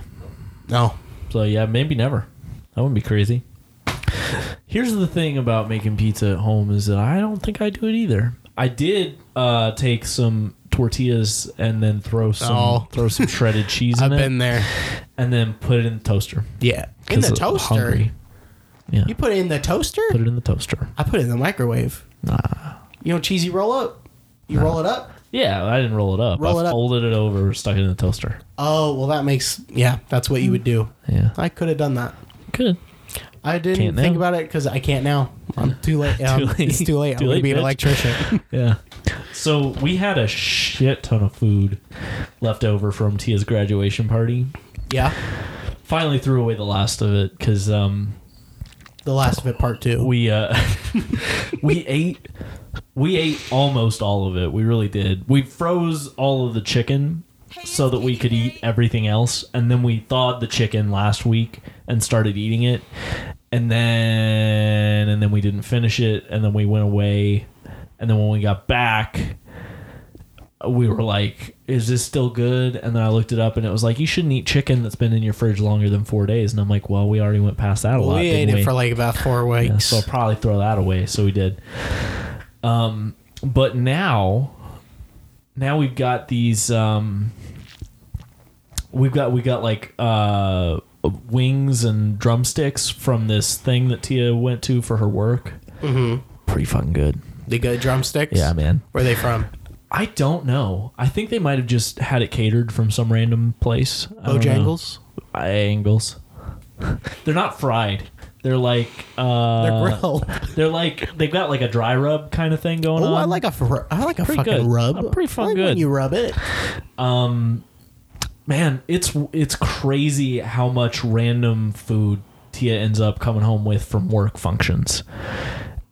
Speaker 2: No.
Speaker 1: So yeah, maybe never. That wouldn't be crazy. Here's the thing about making pizza at home is that I don't think I do it either. I did uh, take some tortillas and then throw some
Speaker 2: Oh.
Speaker 1: throw
Speaker 2: (laughs)
Speaker 1: some shredded cheese in
Speaker 2: I've
Speaker 1: it
Speaker 2: been there.
Speaker 1: and then put it in the toaster.
Speaker 2: Yeah. In
Speaker 1: 'Cause
Speaker 2: the
Speaker 1: I'm
Speaker 2: toaster.
Speaker 1: hungry. Yeah.
Speaker 2: You put it in the toaster?
Speaker 1: put it in the toaster.
Speaker 2: I put it in the microwave. Nah. You know, cheesy roll up? You roll it up?
Speaker 1: Yeah, I didn't roll it up.
Speaker 2: Roll
Speaker 1: I
Speaker 2: it up.
Speaker 1: folded it over, stuck it in the toaster.
Speaker 2: Oh, well, that makes, yeah, that's what you would do.
Speaker 1: Yeah.
Speaker 2: I could have done that.
Speaker 1: Good.
Speaker 2: I didn't
Speaker 1: Can't
Speaker 2: think
Speaker 1: now.
Speaker 2: about it because I can't now.
Speaker 1: (laughs)
Speaker 2: I'm too late. Um,
Speaker 1: late.
Speaker 2: It's too late.
Speaker 1: Too
Speaker 2: I'm going
Speaker 1: late,
Speaker 2: to be an
Speaker 1: bitch. (laughs)
Speaker 2: electrician.
Speaker 1: Yeah. So we had a shit ton of food left over from Tia's graduation party.
Speaker 2: yeah.
Speaker 1: Finally threw away the last of it because um,
Speaker 2: The last of it, part two.
Speaker 1: we uh, (laughs)
Speaker 2: (laughs)
Speaker 1: we ate we ate almost all of it. We really did. We froze all of the chicken so that we could eat everything else, and then we thawed the chicken last week and started eating it, and then and then we didn't finish it, and then we went away, and then when we got back. We were like, "Is this still good?" And then I looked it up, and it was like, "You shouldn't eat chicken that's been in your fridge longer than four days." And I'm like, "Well, we already went past that a lot."
Speaker 2: we
Speaker 1: didn't
Speaker 2: ate
Speaker 1: we?"
Speaker 2: it for like about four
Speaker 1: Yeah,
Speaker 2: weeks.
Speaker 1: so I'll probably throw that away. So we did. Um, but now, now we've got these. Um, we've got we got like uh, wings and drumsticks from this thing that Tia went to for her work. Mm-hmm. Pretty fucking good.
Speaker 2: the good drumsticks?
Speaker 1: Yeah, man.
Speaker 2: Where are they from?
Speaker 1: I don't know. I think they might have just had it catered from some random place. I don't know.
Speaker 2: Bojangles?
Speaker 1: Angles. (laughs) They're not fried. They're like uh,
Speaker 2: They're
Speaker 1: (laughs)
Speaker 2: grilled.
Speaker 1: They're like they've got like a dry rub kind of thing going
Speaker 2: Oh,
Speaker 1: on.
Speaker 2: I like a fr- I like a
Speaker 1: um, Pretty
Speaker 2: fucking
Speaker 1: good.
Speaker 2: rub.
Speaker 1: Uh, pretty fucking
Speaker 2: I like when
Speaker 1: good.
Speaker 2: you rub it.
Speaker 1: Man, it's it's crazy how much random food Tia ends up coming home with from work functions,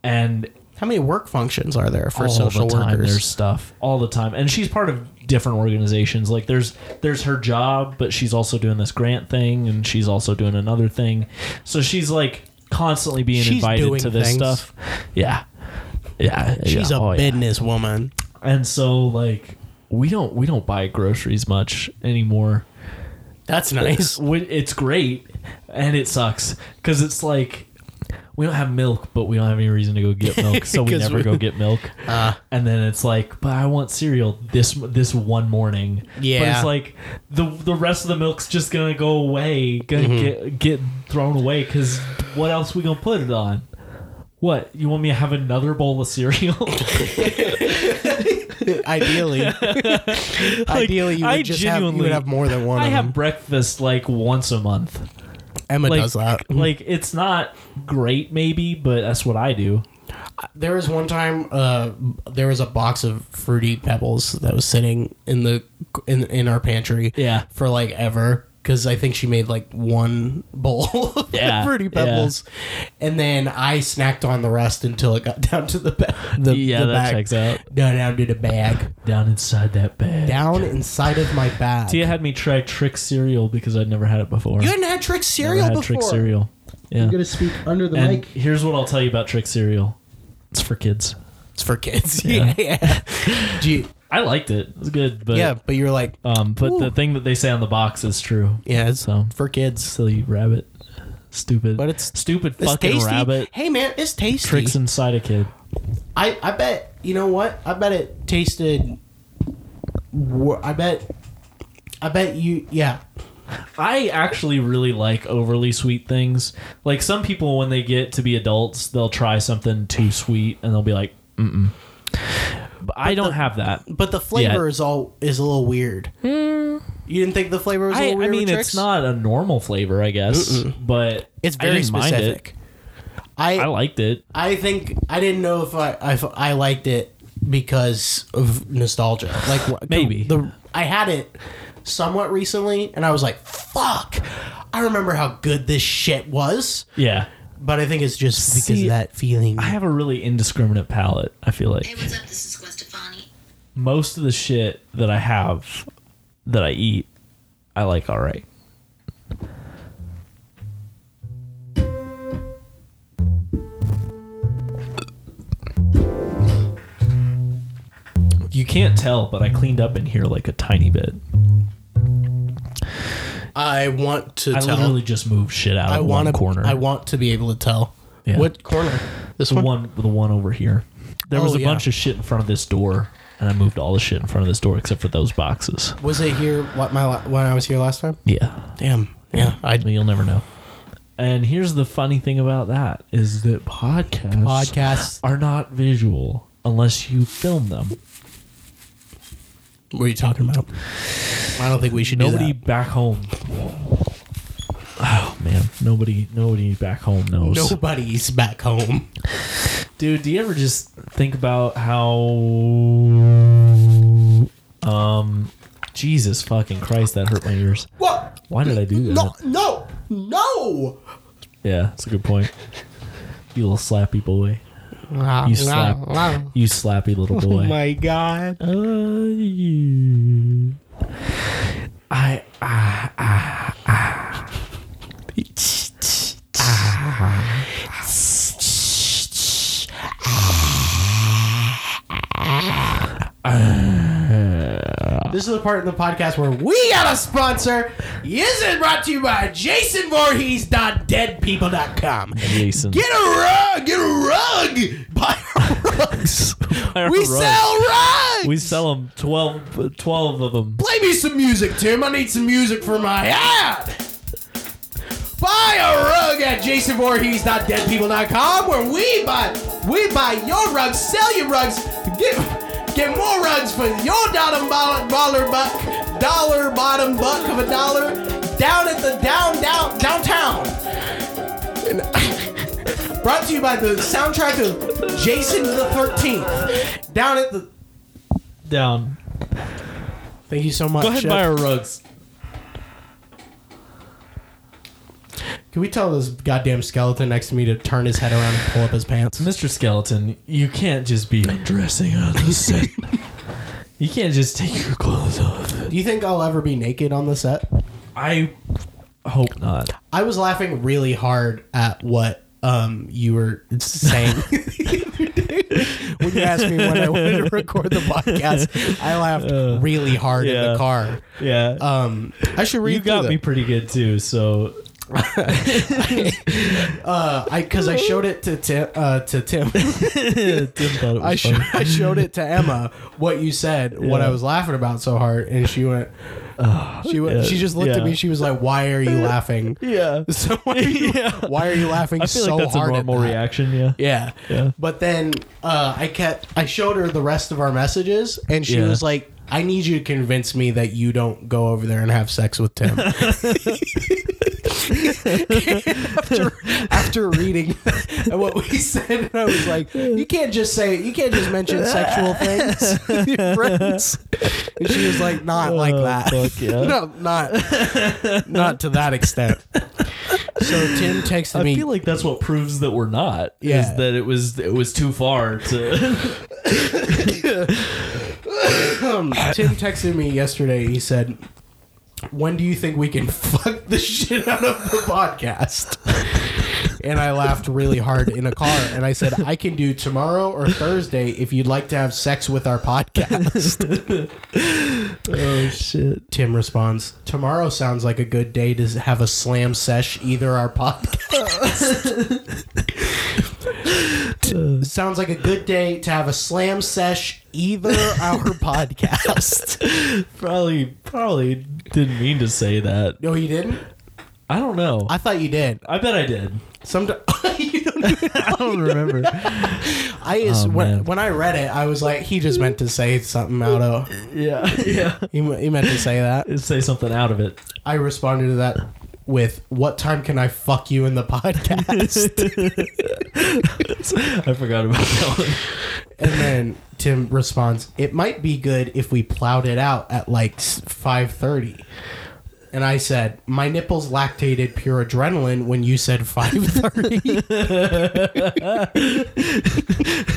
Speaker 1: and
Speaker 2: How many work functions are there for
Speaker 1: all
Speaker 2: social
Speaker 1: the time
Speaker 2: workers?
Speaker 1: there's stuff all the time, and she's part of different organizations. Like there's there's her job, but she's also doing this grant thing, and she's also doing another thing. So she's like constantly being
Speaker 2: She's
Speaker 1: invited
Speaker 2: doing
Speaker 1: to this
Speaker 2: things.
Speaker 1: stuff. Yeah, yeah.
Speaker 2: She's
Speaker 1: yeah.
Speaker 2: a
Speaker 1: Oh, yeah.
Speaker 2: businesswoman.
Speaker 1: and so like we don't we don't buy groceries much anymore (laughs)
Speaker 2: That's nice.
Speaker 1: When- it's great and it sucks because it's like we don't have milk but we don't have any reason to go get milk so we
Speaker 2: (laughs) 'Cause
Speaker 1: never
Speaker 2: we- Uh.
Speaker 1: go get milk and then it's like but i want cereal this this one morning but
Speaker 2: Yeah.
Speaker 1: it's like the the rest of the milk's just gonna go away gonna
Speaker 2: Mm-hmm.
Speaker 1: get get thrown away because what else we gonna put it
Speaker 2: (laughs)
Speaker 1: on what you want me to have another bowl of cereal (laughs)
Speaker 2: Ideally, ideally you would
Speaker 1: I
Speaker 2: just have, you would
Speaker 1: genuinely-
Speaker 2: have more than one.
Speaker 1: I
Speaker 2: of
Speaker 1: have
Speaker 2: them.
Speaker 1: breakfast like once a month.
Speaker 2: Emma
Speaker 1: Like,
Speaker 2: does that.
Speaker 1: like it's not great, maybe, but that's what I do.
Speaker 2: There was one time uh, there was a box of fruity pebbles that was sitting in the in in our pantry.
Speaker 1: Yeah.
Speaker 2: for like ever because I think she made like one (laughs) bowl of
Speaker 1: Yeah,
Speaker 2: fruity
Speaker 1: yeah.
Speaker 2: pebbles, and then I snacked on the rest until it got (laughs) down to the ba- the,
Speaker 1: Yeah,
Speaker 2: the
Speaker 1: that
Speaker 2: bag.
Speaker 1: checks out.
Speaker 2: No, down to the bag,
Speaker 1: Down inside that bag.
Speaker 2: down inside of my bag.
Speaker 1: Tia had me try Trick cereal because I'd never had it before.
Speaker 2: you hadn't had trick
Speaker 1: never
Speaker 2: cereal
Speaker 1: had
Speaker 2: before.
Speaker 1: Trick cereal. Yeah.
Speaker 7: I'm gonna speak under the
Speaker 1: And
Speaker 7: mic.
Speaker 1: here's what I'll tell you about Trick cereal. It's for kids.
Speaker 2: It's for kids. Yeah, (laughs) yeah. Do you-
Speaker 1: I liked it. It was good, but
Speaker 2: yeah, but you're like,
Speaker 1: um, but
Speaker 2: Ooh.
Speaker 1: the thing that they say on the box is true.
Speaker 2: yeah, it's
Speaker 1: So
Speaker 2: for kids.
Speaker 1: silly rabbit, stupid,
Speaker 2: But it's-
Speaker 1: stupid
Speaker 2: It's
Speaker 1: fucking
Speaker 2: tasty.
Speaker 1: rabbit
Speaker 2: Hey man, it's tasty.
Speaker 1: tricks inside a kid.
Speaker 2: I, I bet you know what I bet it tasted. wor- I bet, I bet you yeah.
Speaker 1: I actually really like overly sweet things. Like some people, when they get to be adults, they'll try something too sweet and they'll be like, "Mm." But I don't have that.
Speaker 2: But the flavor is all is a little weird. You didn't think the flavor was a
Speaker 1: Hmm. I,
Speaker 2: little
Speaker 1: I
Speaker 2: weird?
Speaker 1: mean,
Speaker 2: with
Speaker 1: it's
Speaker 2: Trix?
Speaker 1: not a normal flavor, I guess, but
Speaker 2: It's
Speaker 1: I
Speaker 2: very
Speaker 1: didn't mind it.
Speaker 2: specific. I
Speaker 1: I liked it.
Speaker 2: I think I didn't know if I if I liked it because of nostalgia. Like wh-
Speaker 1: Maybe.
Speaker 2: the I had it somewhat recently, and I was like, "Fuck." I remember how good this shit was,
Speaker 1: Yeah,
Speaker 2: but I think it's just because
Speaker 1: See,
Speaker 2: of that feeling.
Speaker 1: I have a really indiscriminate palate. I feel like
Speaker 8: Hey, what's up? This is Gwen Stefani.
Speaker 1: most of the shit that I have that I eat, I like all right. You can't tell, but I cleaned up in here like a tiny bit.
Speaker 2: I want to
Speaker 1: I
Speaker 2: tell.
Speaker 1: literally just moved shit out
Speaker 2: I
Speaker 1: of one
Speaker 2: want to
Speaker 1: corner.
Speaker 2: I want to be able to tell.
Speaker 1: Yeah.
Speaker 2: What corner? This
Speaker 1: the one, the one over here. There
Speaker 2: Oh,
Speaker 1: was a
Speaker 2: yeah.
Speaker 1: bunch of shit in front of this door, and I moved all the shit in front of this door except for those boxes.
Speaker 2: Was it here? What my la- when I was here last time?
Speaker 1: Yeah.
Speaker 2: Damn. Yeah. I
Speaker 1: Well, you'll never know. And here's the funny thing about that is that podcasts
Speaker 2: podcasts.
Speaker 1: are not visual unless you film them.
Speaker 2: What are you talking about? I don't think we should
Speaker 1: Nobody
Speaker 2: do that.
Speaker 1: back home. Oh man, nobody nobody back home knows.
Speaker 2: Nobody's back home.
Speaker 1: Dude, do you ever just think about how um Jesus fucking Christ that hurt my ears.
Speaker 2: What?
Speaker 1: Why did I do that?
Speaker 2: No, no, no!
Speaker 1: Yeah, that's a good point. You little slappy boy. You slap you slappy little boy.
Speaker 2: Oh Ah, (laughs) my god.
Speaker 1: Uh, you. I ah ah
Speaker 2: This is the part in the podcast where we got a sponsor. This is brought to you by JasonVorhees.deadpeople.com.
Speaker 1: Jason.
Speaker 2: Get a rug! Get a rug! Buy our
Speaker 1: (laughs)
Speaker 2: rugs! we sell rugs!
Speaker 1: We sell them 12, 12 of them.
Speaker 2: Play me some music, Tim. I need some music for my ad. Buy a rug at jasonvorhees.deadpeople.com where we buy we buy your rugs, sell your rugs, get get more rugs for your dollar bottom dollar buck dollar bottom buck of a dollar down at the down down downtown. And- (laughs) brought to you by the soundtrack of Jason the Thirteenth down at the.
Speaker 1: Down.
Speaker 2: Thank you so much.
Speaker 1: Go ahead and buy our rugs.
Speaker 2: Can we tell this goddamn skeleton next to me to turn his head around and pull up his (laughs) pants?
Speaker 1: Mr. Skeleton, you can't just be dressing on the set. (laughs) you can't just take your clothes off.
Speaker 2: Do you think I'll ever be naked on the set?
Speaker 1: I hope not.
Speaker 2: I was laughing really hard at what um, you were saying (laughs) when you asked me when I wanted to record the podcast. I laughed really hard in
Speaker 1: yeah.
Speaker 2: the car.
Speaker 1: Yeah.
Speaker 2: Um, Uh, I should read.
Speaker 1: you got
Speaker 2: through
Speaker 1: me
Speaker 2: them.
Speaker 1: pretty good too, so
Speaker 2: uh, I because I showed it to Tim. Uh, to Tim,
Speaker 1: Tim thought it was
Speaker 2: (laughs) I, sh- (laughs)
Speaker 1: funny.
Speaker 2: I showed it to Emma. What you said, what I was laughing about so hard, and she (sighs) went. she went,
Speaker 1: yeah,
Speaker 2: she just looked
Speaker 1: yeah.
Speaker 2: at me. She was like, "Why are you laughing?
Speaker 1: Yeah.
Speaker 2: (laughs) So why are you,
Speaker 1: Yeah.
Speaker 2: why are you laughing
Speaker 1: I feel
Speaker 2: so
Speaker 1: like that's a
Speaker 2: hard?" at
Speaker 1: normal
Speaker 2: that?
Speaker 1: reaction. Yeah.
Speaker 2: Yeah.
Speaker 1: Yeah.
Speaker 2: But then uh, I kept I showed her the rest of our messages and she
Speaker 1: Yeah.
Speaker 2: was like, I need you to convince me that you don't go over there and have sex with Tim. after, after reading (laughs) what we said, I was like, "You can't just say you can't just mention sexual things, (laughs) with your friends." And she was like, "Not like
Speaker 1: Oh,
Speaker 2: that,
Speaker 1: fuck yeah.
Speaker 2: (laughs) no, not not to that extent." So Tim texted
Speaker 1: I
Speaker 2: me.
Speaker 1: feel like that's what proves that we're not.
Speaker 2: Yeah.
Speaker 1: Is that it was it was too far
Speaker 2: (laughs)
Speaker 1: to.
Speaker 2: Tim texted me yesterday. He said, "When do you think we can (laughs) fuck the shit out of the podcast?" And I laughed really hard in a car, and I said, "I can do tomorrow or Thursday if you'd like to have sex with our podcast."
Speaker 1: oh shit.
Speaker 2: Tim responds, "Tomorrow sounds like a good day to have a slam sesh. Either our podcast." T- (laughs) Sounds like a good day to have a slam sesh, either our (laughs) podcast.
Speaker 1: Probably probably didn't mean to say that.
Speaker 2: No, you didn't?
Speaker 1: I don't know. I,
Speaker 2: I thought you did.
Speaker 1: bet I did.
Speaker 2: (laughs) Sometimes you don't even-
Speaker 1: (laughs) I don't remember.
Speaker 2: I just,
Speaker 1: Oh,
Speaker 2: when,
Speaker 1: man.
Speaker 2: when I read it, I was like, he just meant to say something out of.
Speaker 1: yeah. Yeah.
Speaker 2: He, me- he meant to say that.
Speaker 1: Say something out of it.
Speaker 2: I responded to that with, "What time can I fuck you in the podcast?"
Speaker 1: I forgot about that one.
Speaker 2: and then Tim responds, "It might be good if we plowed it out at like five thirty. And I said, "My nipples lactated pure adrenaline when you said 5:30." (laughs)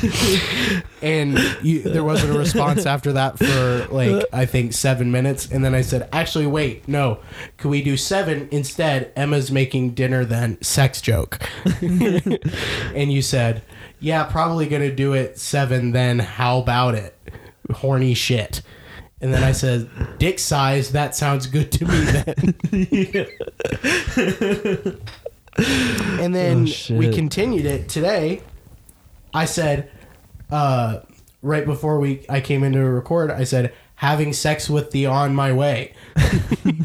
Speaker 2: and you, there wasn't a response after that for like I think 7 minutes and then I said, "Actually, wait. No. Could we do 7 instead? Emma's making dinner then. Sex joke." and you said, "Yeah, probably going to do it 7 then. How about it?" Horny shit. And then I said, "Dick size. That sounds good to me." Then. and then
Speaker 1: shit.
Speaker 2: we continued it today. I said, uh, right before we I came in to record, I said, "Having sex with the on my way." and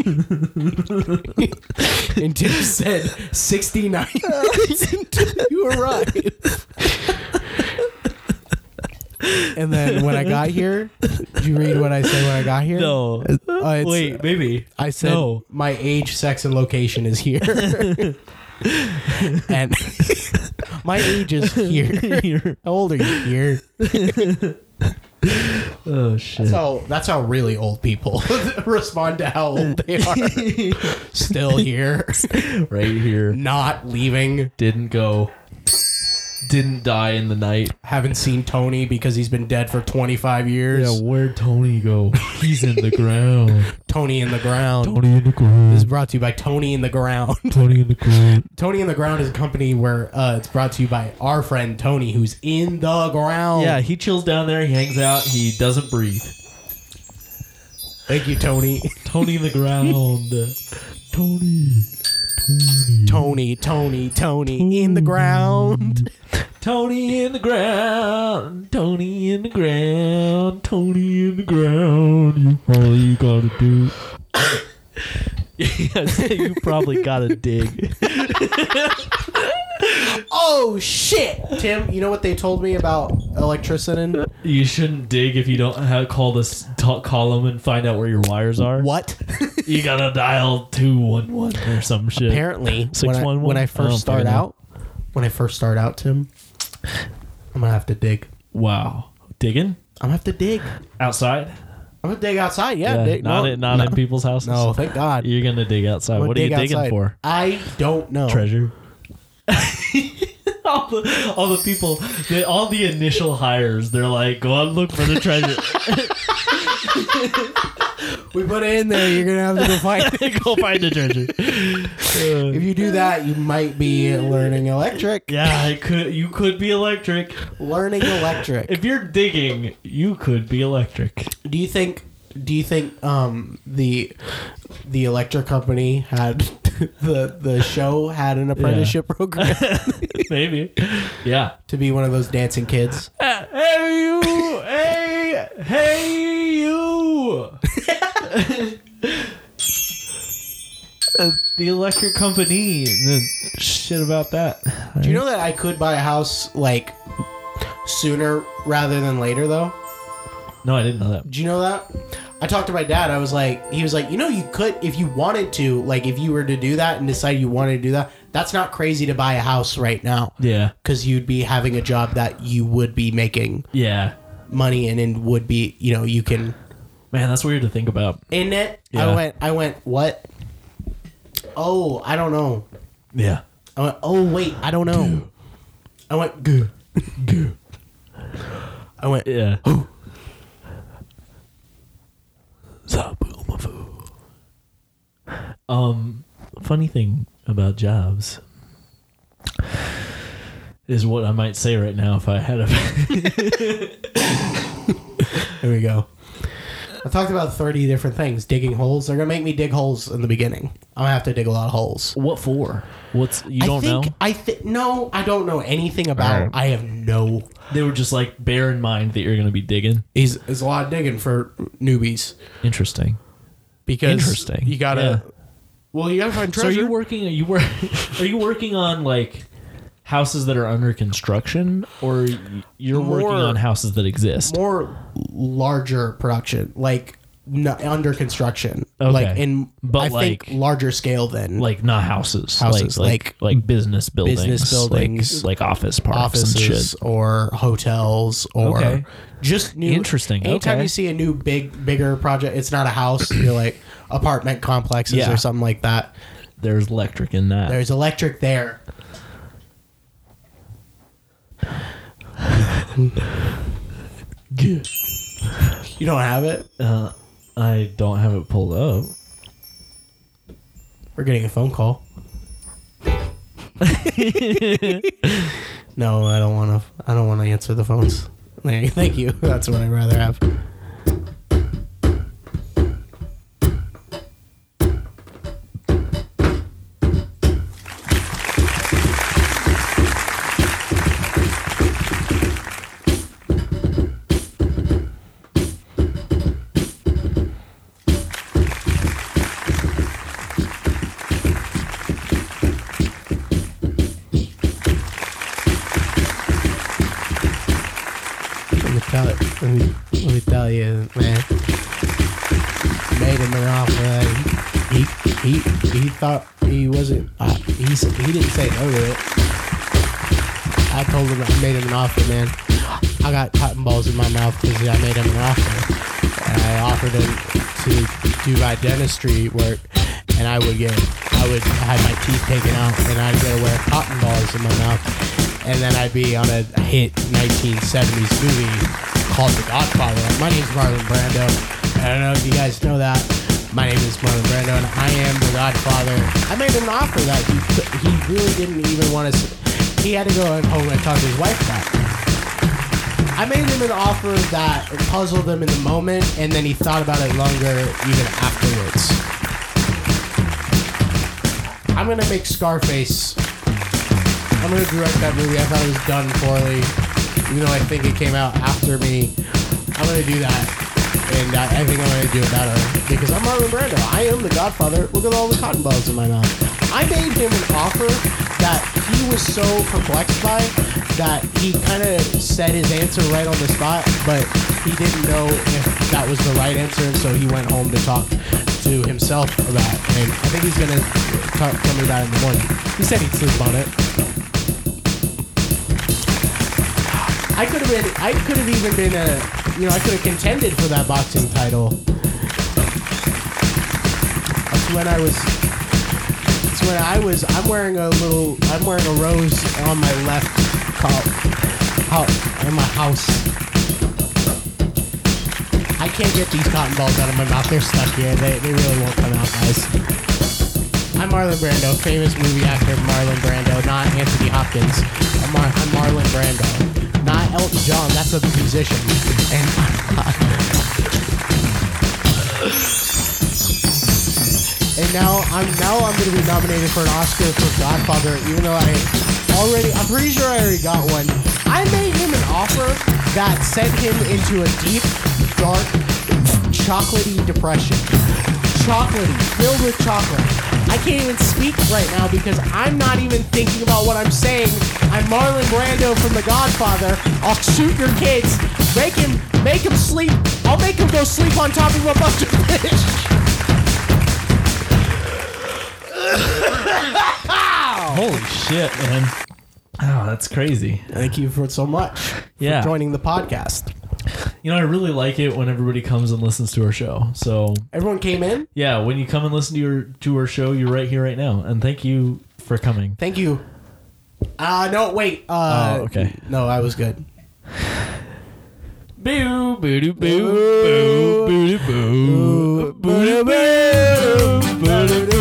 Speaker 2: Tim said, 69 minutes until you arrive. and then when I got here, did you read what I said when I got
Speaker 1: (laughs)
Speaker 2: here?
Speaker 1: No.
Speaker 2: Uh, it's-
Speaker 1: Wait, maybe.
Speaker 2: I said
Speaker 1: No.
Speaker 2: my age, sex, and location is here.
Speaker 1: (laughs)
Speaker 2: and (laughs) my age is here.
Speaker 1: Here.
Speaker 2: How old are you here?
Speaker 1: Oh shit.
Speaker 2: So that's how really old people (laughs) respond to how old they are.
Speaker 1: (laughs)
Speaker 2: Still here,
Speaker 1: Right here.
Speaker 2: not leaving.
Speaker 1: Didn't go. Didn't die in the night.
Speaker 2: Haven't seen Tony because he's been dead for 25 years.
Speaker 1: where'd Tony go? He's in the ground.
Speaker 2: Tony in the ground
Speaker 1: Tony in the ground.
Speaker 2: is brought to you by Tony in the ground. (laughs)
Speaker 1: Tony in the ground.
Speaker 2: Tony in the ground is a company where uh, it's brought to you by our friend Tony, who's in the ground.
Speaker 1: Yeah, he chills down there. He hangs out. He doesn't breathe.
Speaker 2: Thank
Speaker 1: (laughs)
Speaker 2: you, Tony. (laughs)
Speaker 1: Tony in the (laughs) ground. Tony.
Speaker 2: Tony, Tony, Tony in the ground.
Speaker 1: Tony in the ground. Tony in the ground. Tony in the ground. You probably gotta
Speaker 2: (laughs)
Speaker 1: do. yes, you probably gotta dig.
Speaker 2: Oh shit, Tim! You know what they told me about
Speaker 1: (laughs)
Speaker 2: electricity?
Speaker 1: You shouldn't dig if you don't have, call this t- column and find out where your wires are.
Speaker 2: What? (laughs)
Speaker 1: You gotta dial two one one or some shit.
Speaker 2: Apparently,
Speaker 1: Six
Speaker 2: when I,
Speaker 1: one Oh, one?
Speaker 2: when I
Speaker 1: I don't
Speaker 2: first start
Speaker 1: fucking know.
Speaker 2: out, when I first start out, Tim, I'm gonna have to dig.
Speaker 1: Wow, digging
Speaker 2: I'm gonna have to dig.
Speaker 1: outside?
Speaker 2: I'm gonna dig outside. Yeah,
Speaker 1: Yeah,
Speaker 2: dig.
Speaker 1: not
Speaker 2: no,
Speaker 1: in, not in people's houses.
Speaker 2: no, thank God.
Speaker 1: You're gonna dig outside.
Speaker 2: I'm
Speaker 1: What are
Speaker 2: gonna
Speaker 1: you
Speaker 2: dig
Speaker 1: digging
Speaker 2: outside.
Speaker 1: for?
Speaker 2: I don't know.
Speaker 1: Treasure. Oh. (laughs) all, the, all the people, they, all the initial hires, they're like, go out and look for the treasure.
Speaker 2: We put it in there. You're gonna have to go find
Speaker 1: (laughs)
Speaker 2: it.
Speaker 1: go find the treasure.
Speaker 2: If
Speaker 1: (laughs)
Speaker 2: you do that, you might be learning electric.
Speaker 1: Yeah, it could. You could be electric. (laughs)
Speaker 2: Learning electric.
Speaker 1: If you're digging, you could be electric. (laughs)
Speaker 2: Do you think? Do you think um, the the electric company had (laughs) the the show had an apprenticeship program
Speaker 1: (laughs) Maybe. Yeah.
Speaker 2: to be one of those dancing kids.
Speaker 1: Uh, Hey you! Hey! Hey you! (laughs) Uh, the electric company. The shit about that.
Speaker 2: Do you know that I could buy a house like sooner rather than later though?
Speaker 1: No, I didn't know that.
Speaker 2: Do you know that? I talked to my dad. I was like, he was like, you know, you could if you wanted to, like, if you were to do that and decide you wanted to do that. That's not crazy to buy a house right now.
Speaker 1: Yeah.
Speaker 2: because you'd be having a job that you would be making
Speaker 1: Yeah.
Speaker 2: money in and would be, you know, you can
Speaker 1: Man, that's weird to think about.
Speaker 2: in it.
Speaker 1: Yeah.
Speaker 2: I went, I went, what? Oh, I don't know.
Speaker 1: Yeah.
Speaker 2: I went, oh wait, I don't know. I went, goo, goo. I went, (gasps)
Speaker 1: Yeah.
Speaker 2: Zaboomafu.
Speaker 1: Um, funny thing about jobs is what I might say right now if I had a. (laughs)
Speaker 2: There we go. I talked about thirty different things. Digging holes. They're gonna make me dig holes in the beginning. I'm gonna have to dig a lot of holes.
Speaker 1: what for? What's you don't
Speaker 2: I think,
Speaker 1: know?
Speaker 2: I think no, I don't know anything about.
Speaker 1: Alright.
Speaker 2: I have no
Speaker 1: They were just like bear in mind that you're going to be digging.
Speaker 2: is is a lot of digging for newbies
Speaker 1: Interesting.
Speaker 2: because
Speaker 1: Interesting.
Speaker 2: You gotta.
Speaker 1: Yeah.
Speaker 2: Well, you gotta find
Speaker 1: So are
Speaker 2: treasure.
Speaker 1: you working? Are you work? (laughs) Are you working on like houses that are under construction, or y- you're working
Speaker 2: More-
Speaker 1: on houses that exist?
Speaker 2: more larger production, like no, under construction,
Speaker 1: Okay.
Speaker 2: like in
Speaker 1: But,
Speaker 2: I
Speaker 1: like-
Speaker 2: think larger scale than
Speaker 1: like not houses,
Speaker 2: Houses,
Speaker 1: like like, like business buildings,
Speaker 2: business
Speaker 1: like-
Speaker 2: buildings,
Speaker 1: like, office parks and shit.
Speaker 2: offices or hotels or
Speaker 1: Okay.
Speaker 2: just new.
Speaker 1: Interesting,
Speaker 2: Anytime
Speaker 1: okay.
Speaker 2: you see a new big bigger project, it's not a house. (clears throat) You're like apartment complexes
Speaker 1: Yeah.
Speaker 2: or something like that.
Speaker 1: There's electric in that.
Speaker 2: There's electric there. you don't have it?
Speaker 1: I don't have it pulled up.
Speaker 2: We're getting a
Speaker 1: (laughs)
Speaker 2: phone call. no, I don't want to. I don't want to answer the phones. Like, Thank you. That's what I'd rather have. Let me tell it. Let me, let me tell you, man. Made him an offer. Like, he he he thought he wasn't. Uh, he s- he didn't say no to it. I told him I made him an offer, man. I got cotton balls in my mouth because I made him an offer. And I offered him to do my dentistry work, and I would get, I would have my teeth taken out, and I'd get to wear cotton balls in my mouth, and then I'd be on a hit 1970s movie called The Godfather. My name's Marlon Brando. I don't know if you guys know that. My name is Marlon Brando, and I am The Godfather. I made him an offer that he, he really didn't even want to. s- He had to go home and talk to his wife about. it. I made him an offer that puzzled him in the moment, and then he thought about it longer even afterwards. I'm gonna make Scarface. I'm gonna direct that movie. I thought it was done poorly, even though I think it came out after me. I'm gonna do that, and I, I think I'm gonna do it better because I'm Marlon Brando. I am the Godfather. Look at all the cotton balls in my mouth. I made him an offer that he was so perplexed by that he kind of said his answer right on the spot, but he didn't know if that was the right answer, and so he went home to talk to himself about it. And I think he's gonna talk, tell me about it in the morning. He said he'd sleep on it. I could have been. I could have even been a. You know, I could have contended for that boxing title. That's when I was. That's when I was. I'm wearing a little. I'm wearing a rose on my left col Out in my house. I can't get these cotton balls out of my mouth. They're stuck here. They, they really won't come out, guys. I'm Marlon Brando, famous movie actor Marlon Brando, not Anthony Hopkins. I'm, Mar- I'm Marlon Brando, not Elton John. That's a musician. And (laughs) and now I'm now I'm gonna be nominated for an Oscar for Godfather, even though I already I'm pretty sure I already got one. I made him an offer that sent him into a deep, dark, chocolatey depression. Chocolatey, filled with chocolate. I can't even speak right now because I'm not even thinking about what I'm saying. I'm Marlon Brando from The Godfather. I'll shoot your kids. Make him, make him sleep. I'll make him go sleep on top of a bunch of fish.
Speaker 1: Holy shit, man. Oh, that's crazy.
Speaker 2: Thank you for so much
Speaker 1: Yeah.
Speaker 2: for joining the podcast.
Speaker 1: You know, I really like it when everybody comes and listens to our show. So,
Speaker 2: Everyone came in.
Speaker 1: yeah, when you come and listen to your to our show, you're right here right now. And thank you for coming.
Speaker 2: Thank you. Uh no, wait. Uh
Speaker 1: Oh, okay.
Speaker 2: No, I was good.
Speaker 1: Boo, boo, doo, boo, boo, boo, doo, boo, boo, doo, boo, boo, doo, boo.